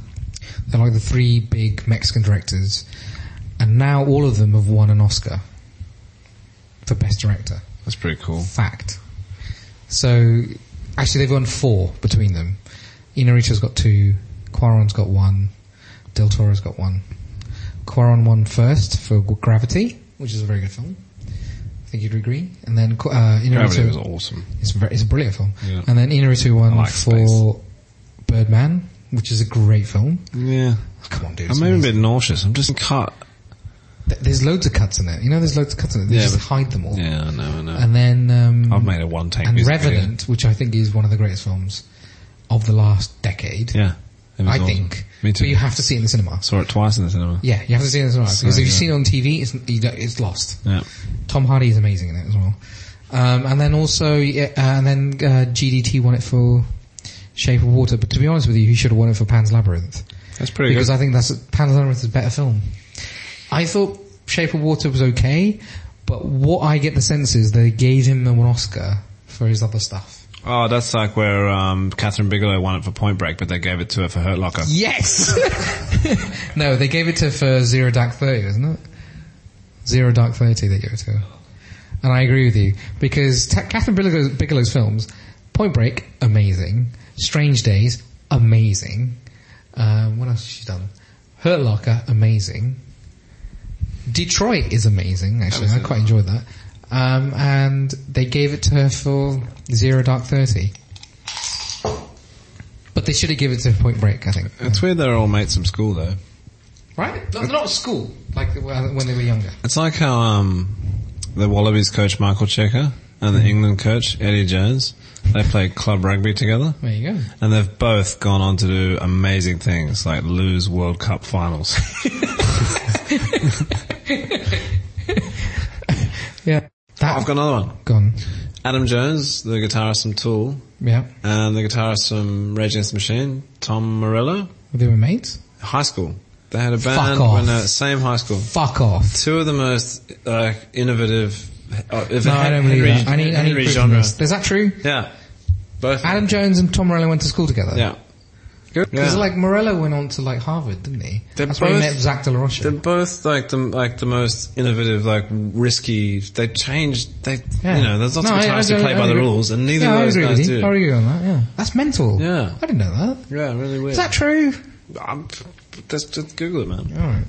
S2: They're like the three big Mexican directors. And now all of them have won an Oscar for Best Director
S1: That's pretty cool.
S2: fact. So, actually, they've won four between them. Inarritu's got two, Quaron's got one, Del Toro's got one. Quaron won first for Gravity, which is a very good film. I think you'd agree. And then Qu- uh,
S1: Gravity was
S2: Inarritu,
S1: awesome.
S2: it's, a very, it's a brilliant film.
S1: Yeah.
S2: And then Inarritu won
S1: I like
S2: for Birdman, which is a great film.
S1: Yeah.
S2: Come on, dude. it's
S1: I'm even a
S2: amazing.
S1: bit nauseous. I'm just cut.
S2: Th- There's loads of cuts in it. You know, there's loads of cuts in it. They
S1: Yeah,
S2: just
S1: but-
S2: hide them all.
S1: Yeah, I know, I know.
S2: And then um,
S1: I've made a one-take
S2: and
S1: music video.
S2: Revenant, which I think is one of the greatest films of the last decade.
S1: Yeah. It was
S2: I
S1: awesome.
S2: think.
S1: Me too.
S2: But you have to see it in the cinema.
S1: Saw it twice in the cinema.
S2: Yeah, you have to see it in the cinema because if you
S1: yeah.
S2: see it on TV, it's you don't- it's lost.
S1: Yeah.
S2: Tom Hardy is amazing in it as well. Um, and then also, yeah, uh, and then uh, GDT won it for Shape of Water. But to be honest with you, he should have won it for Pan's Labyrinth
S1: That's pretty
S2: because
S1: good.
S2: I think that's Pan's Labyrinth is a better film. I thought Shape of Water was okay, but what I get the sense is they gave him an Oscar for his other stuff.
S1: Oh, that's like where um, Catherine Bigelow won it for Point Break, but they gave it to her for Hurt Locker.
S2: Yes. no, they gave it to her for Zero Dark Thirty, wasn't it? Zero Dark Thirty, they gave it to her. And I agree with you because Ta- Catherine Bigelow's, Bigelow's films, Point Break, amazing. Strange Days, amazing. Um, what else has she done? Hurt Locker, amazing. Detroit is amazing. Actually, I quite enjoyed that. Um, and they gave it to her for Zero Dark Thirty. But they should have given it to Point Break, I think.
S1: It's weird they're all mates from school though.
S2: Right? No, they're not at school, like they were when they were younger.
S1: It's like how um, the Wallabies coach Michael Checker and the England coach Eddie Jones, they play club rugby together.
S2: There you go.
S1: And they've both gone on to do amazing things, like lose World Cup <laughs> finals.
S2: Yeah. That
S1: I've got another one.
S2: gone.
S1: Adam Jones, the guitarist from Tool,
S2: Yeah.
S1: and the guitarist from Rage Against the Machine, Tom Morello,
S2: They were mates?
S1: high school. They had a
S2: Fuck
S1: band
S2: off.
S1: when they were at same high school.
S2: Fuck off.
S1: Two of the most uh, innovative. Uh, if
S2: No, I don't believe
S1: Henry-
S2: that. I need, I need
S1: Henry
S2: proof of
S1: genre.
S2: this. Is that true?
S1: Yeah, both.
S2: Adam Jones and Tom Morello went to school together.
S1: yeah, good.
S2: Because
S1: Yeah.
S2: like Morello went on to like Harvard, didn't he?
S1: They're
S2: That's where he
S1: both-
S2: met Zach De La Rocha.
S1: They're both like the like the most innovative, like risky. They changed. They
S2: Yeah.
S1: you know, there's lots
S2: No,
S1: of
S2: I- I
S1: guitarists who
S2: don't-
S1: play
S2: I
S1: by the
S2: agree.
S1: rules, and neither
S2: yeah, I
S1: of those
S2: agree
S1: guys
S2: with you. I
S1: do.
S2: agree on that. Yeah, that's mental.
S1: Yeah.
S2: I didn't know that. Is
S1: Yeah, really weird.
S2: that true?
S1: I'm, just, just Google it, man.
S2: All right.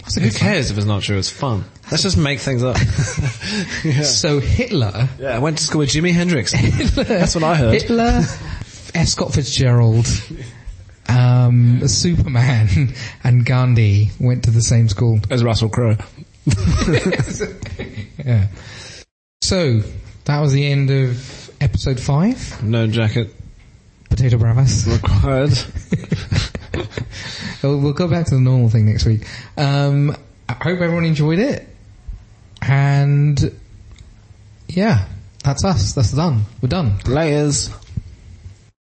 S2: That's a
S1: Who
S2: good fact.
S1: cares if it's not true? It's fun. Let's just make things
S2: <laughs>
S1: up. yeah.
S2: So Hitler,
S1: yeah, I went to school with Jimi
S2: <laughs>
S1: Hendrix. That's what I heard.
S2: Hitler, F. Scott Fitzgerald, um, Superman, <laughs> and Gandhi went to the same school.
S1: As Russell Crowe.
S2: Yeah. So that was the end of episode five.
S1: No jacket
S2: Potato Bravas.
S1: required.
S2: We'll, we'll go back to the normal thing next week. Um, I hope everyone enjoyed it. And yeah, that's us. That's done. We're done.
S1: Layers.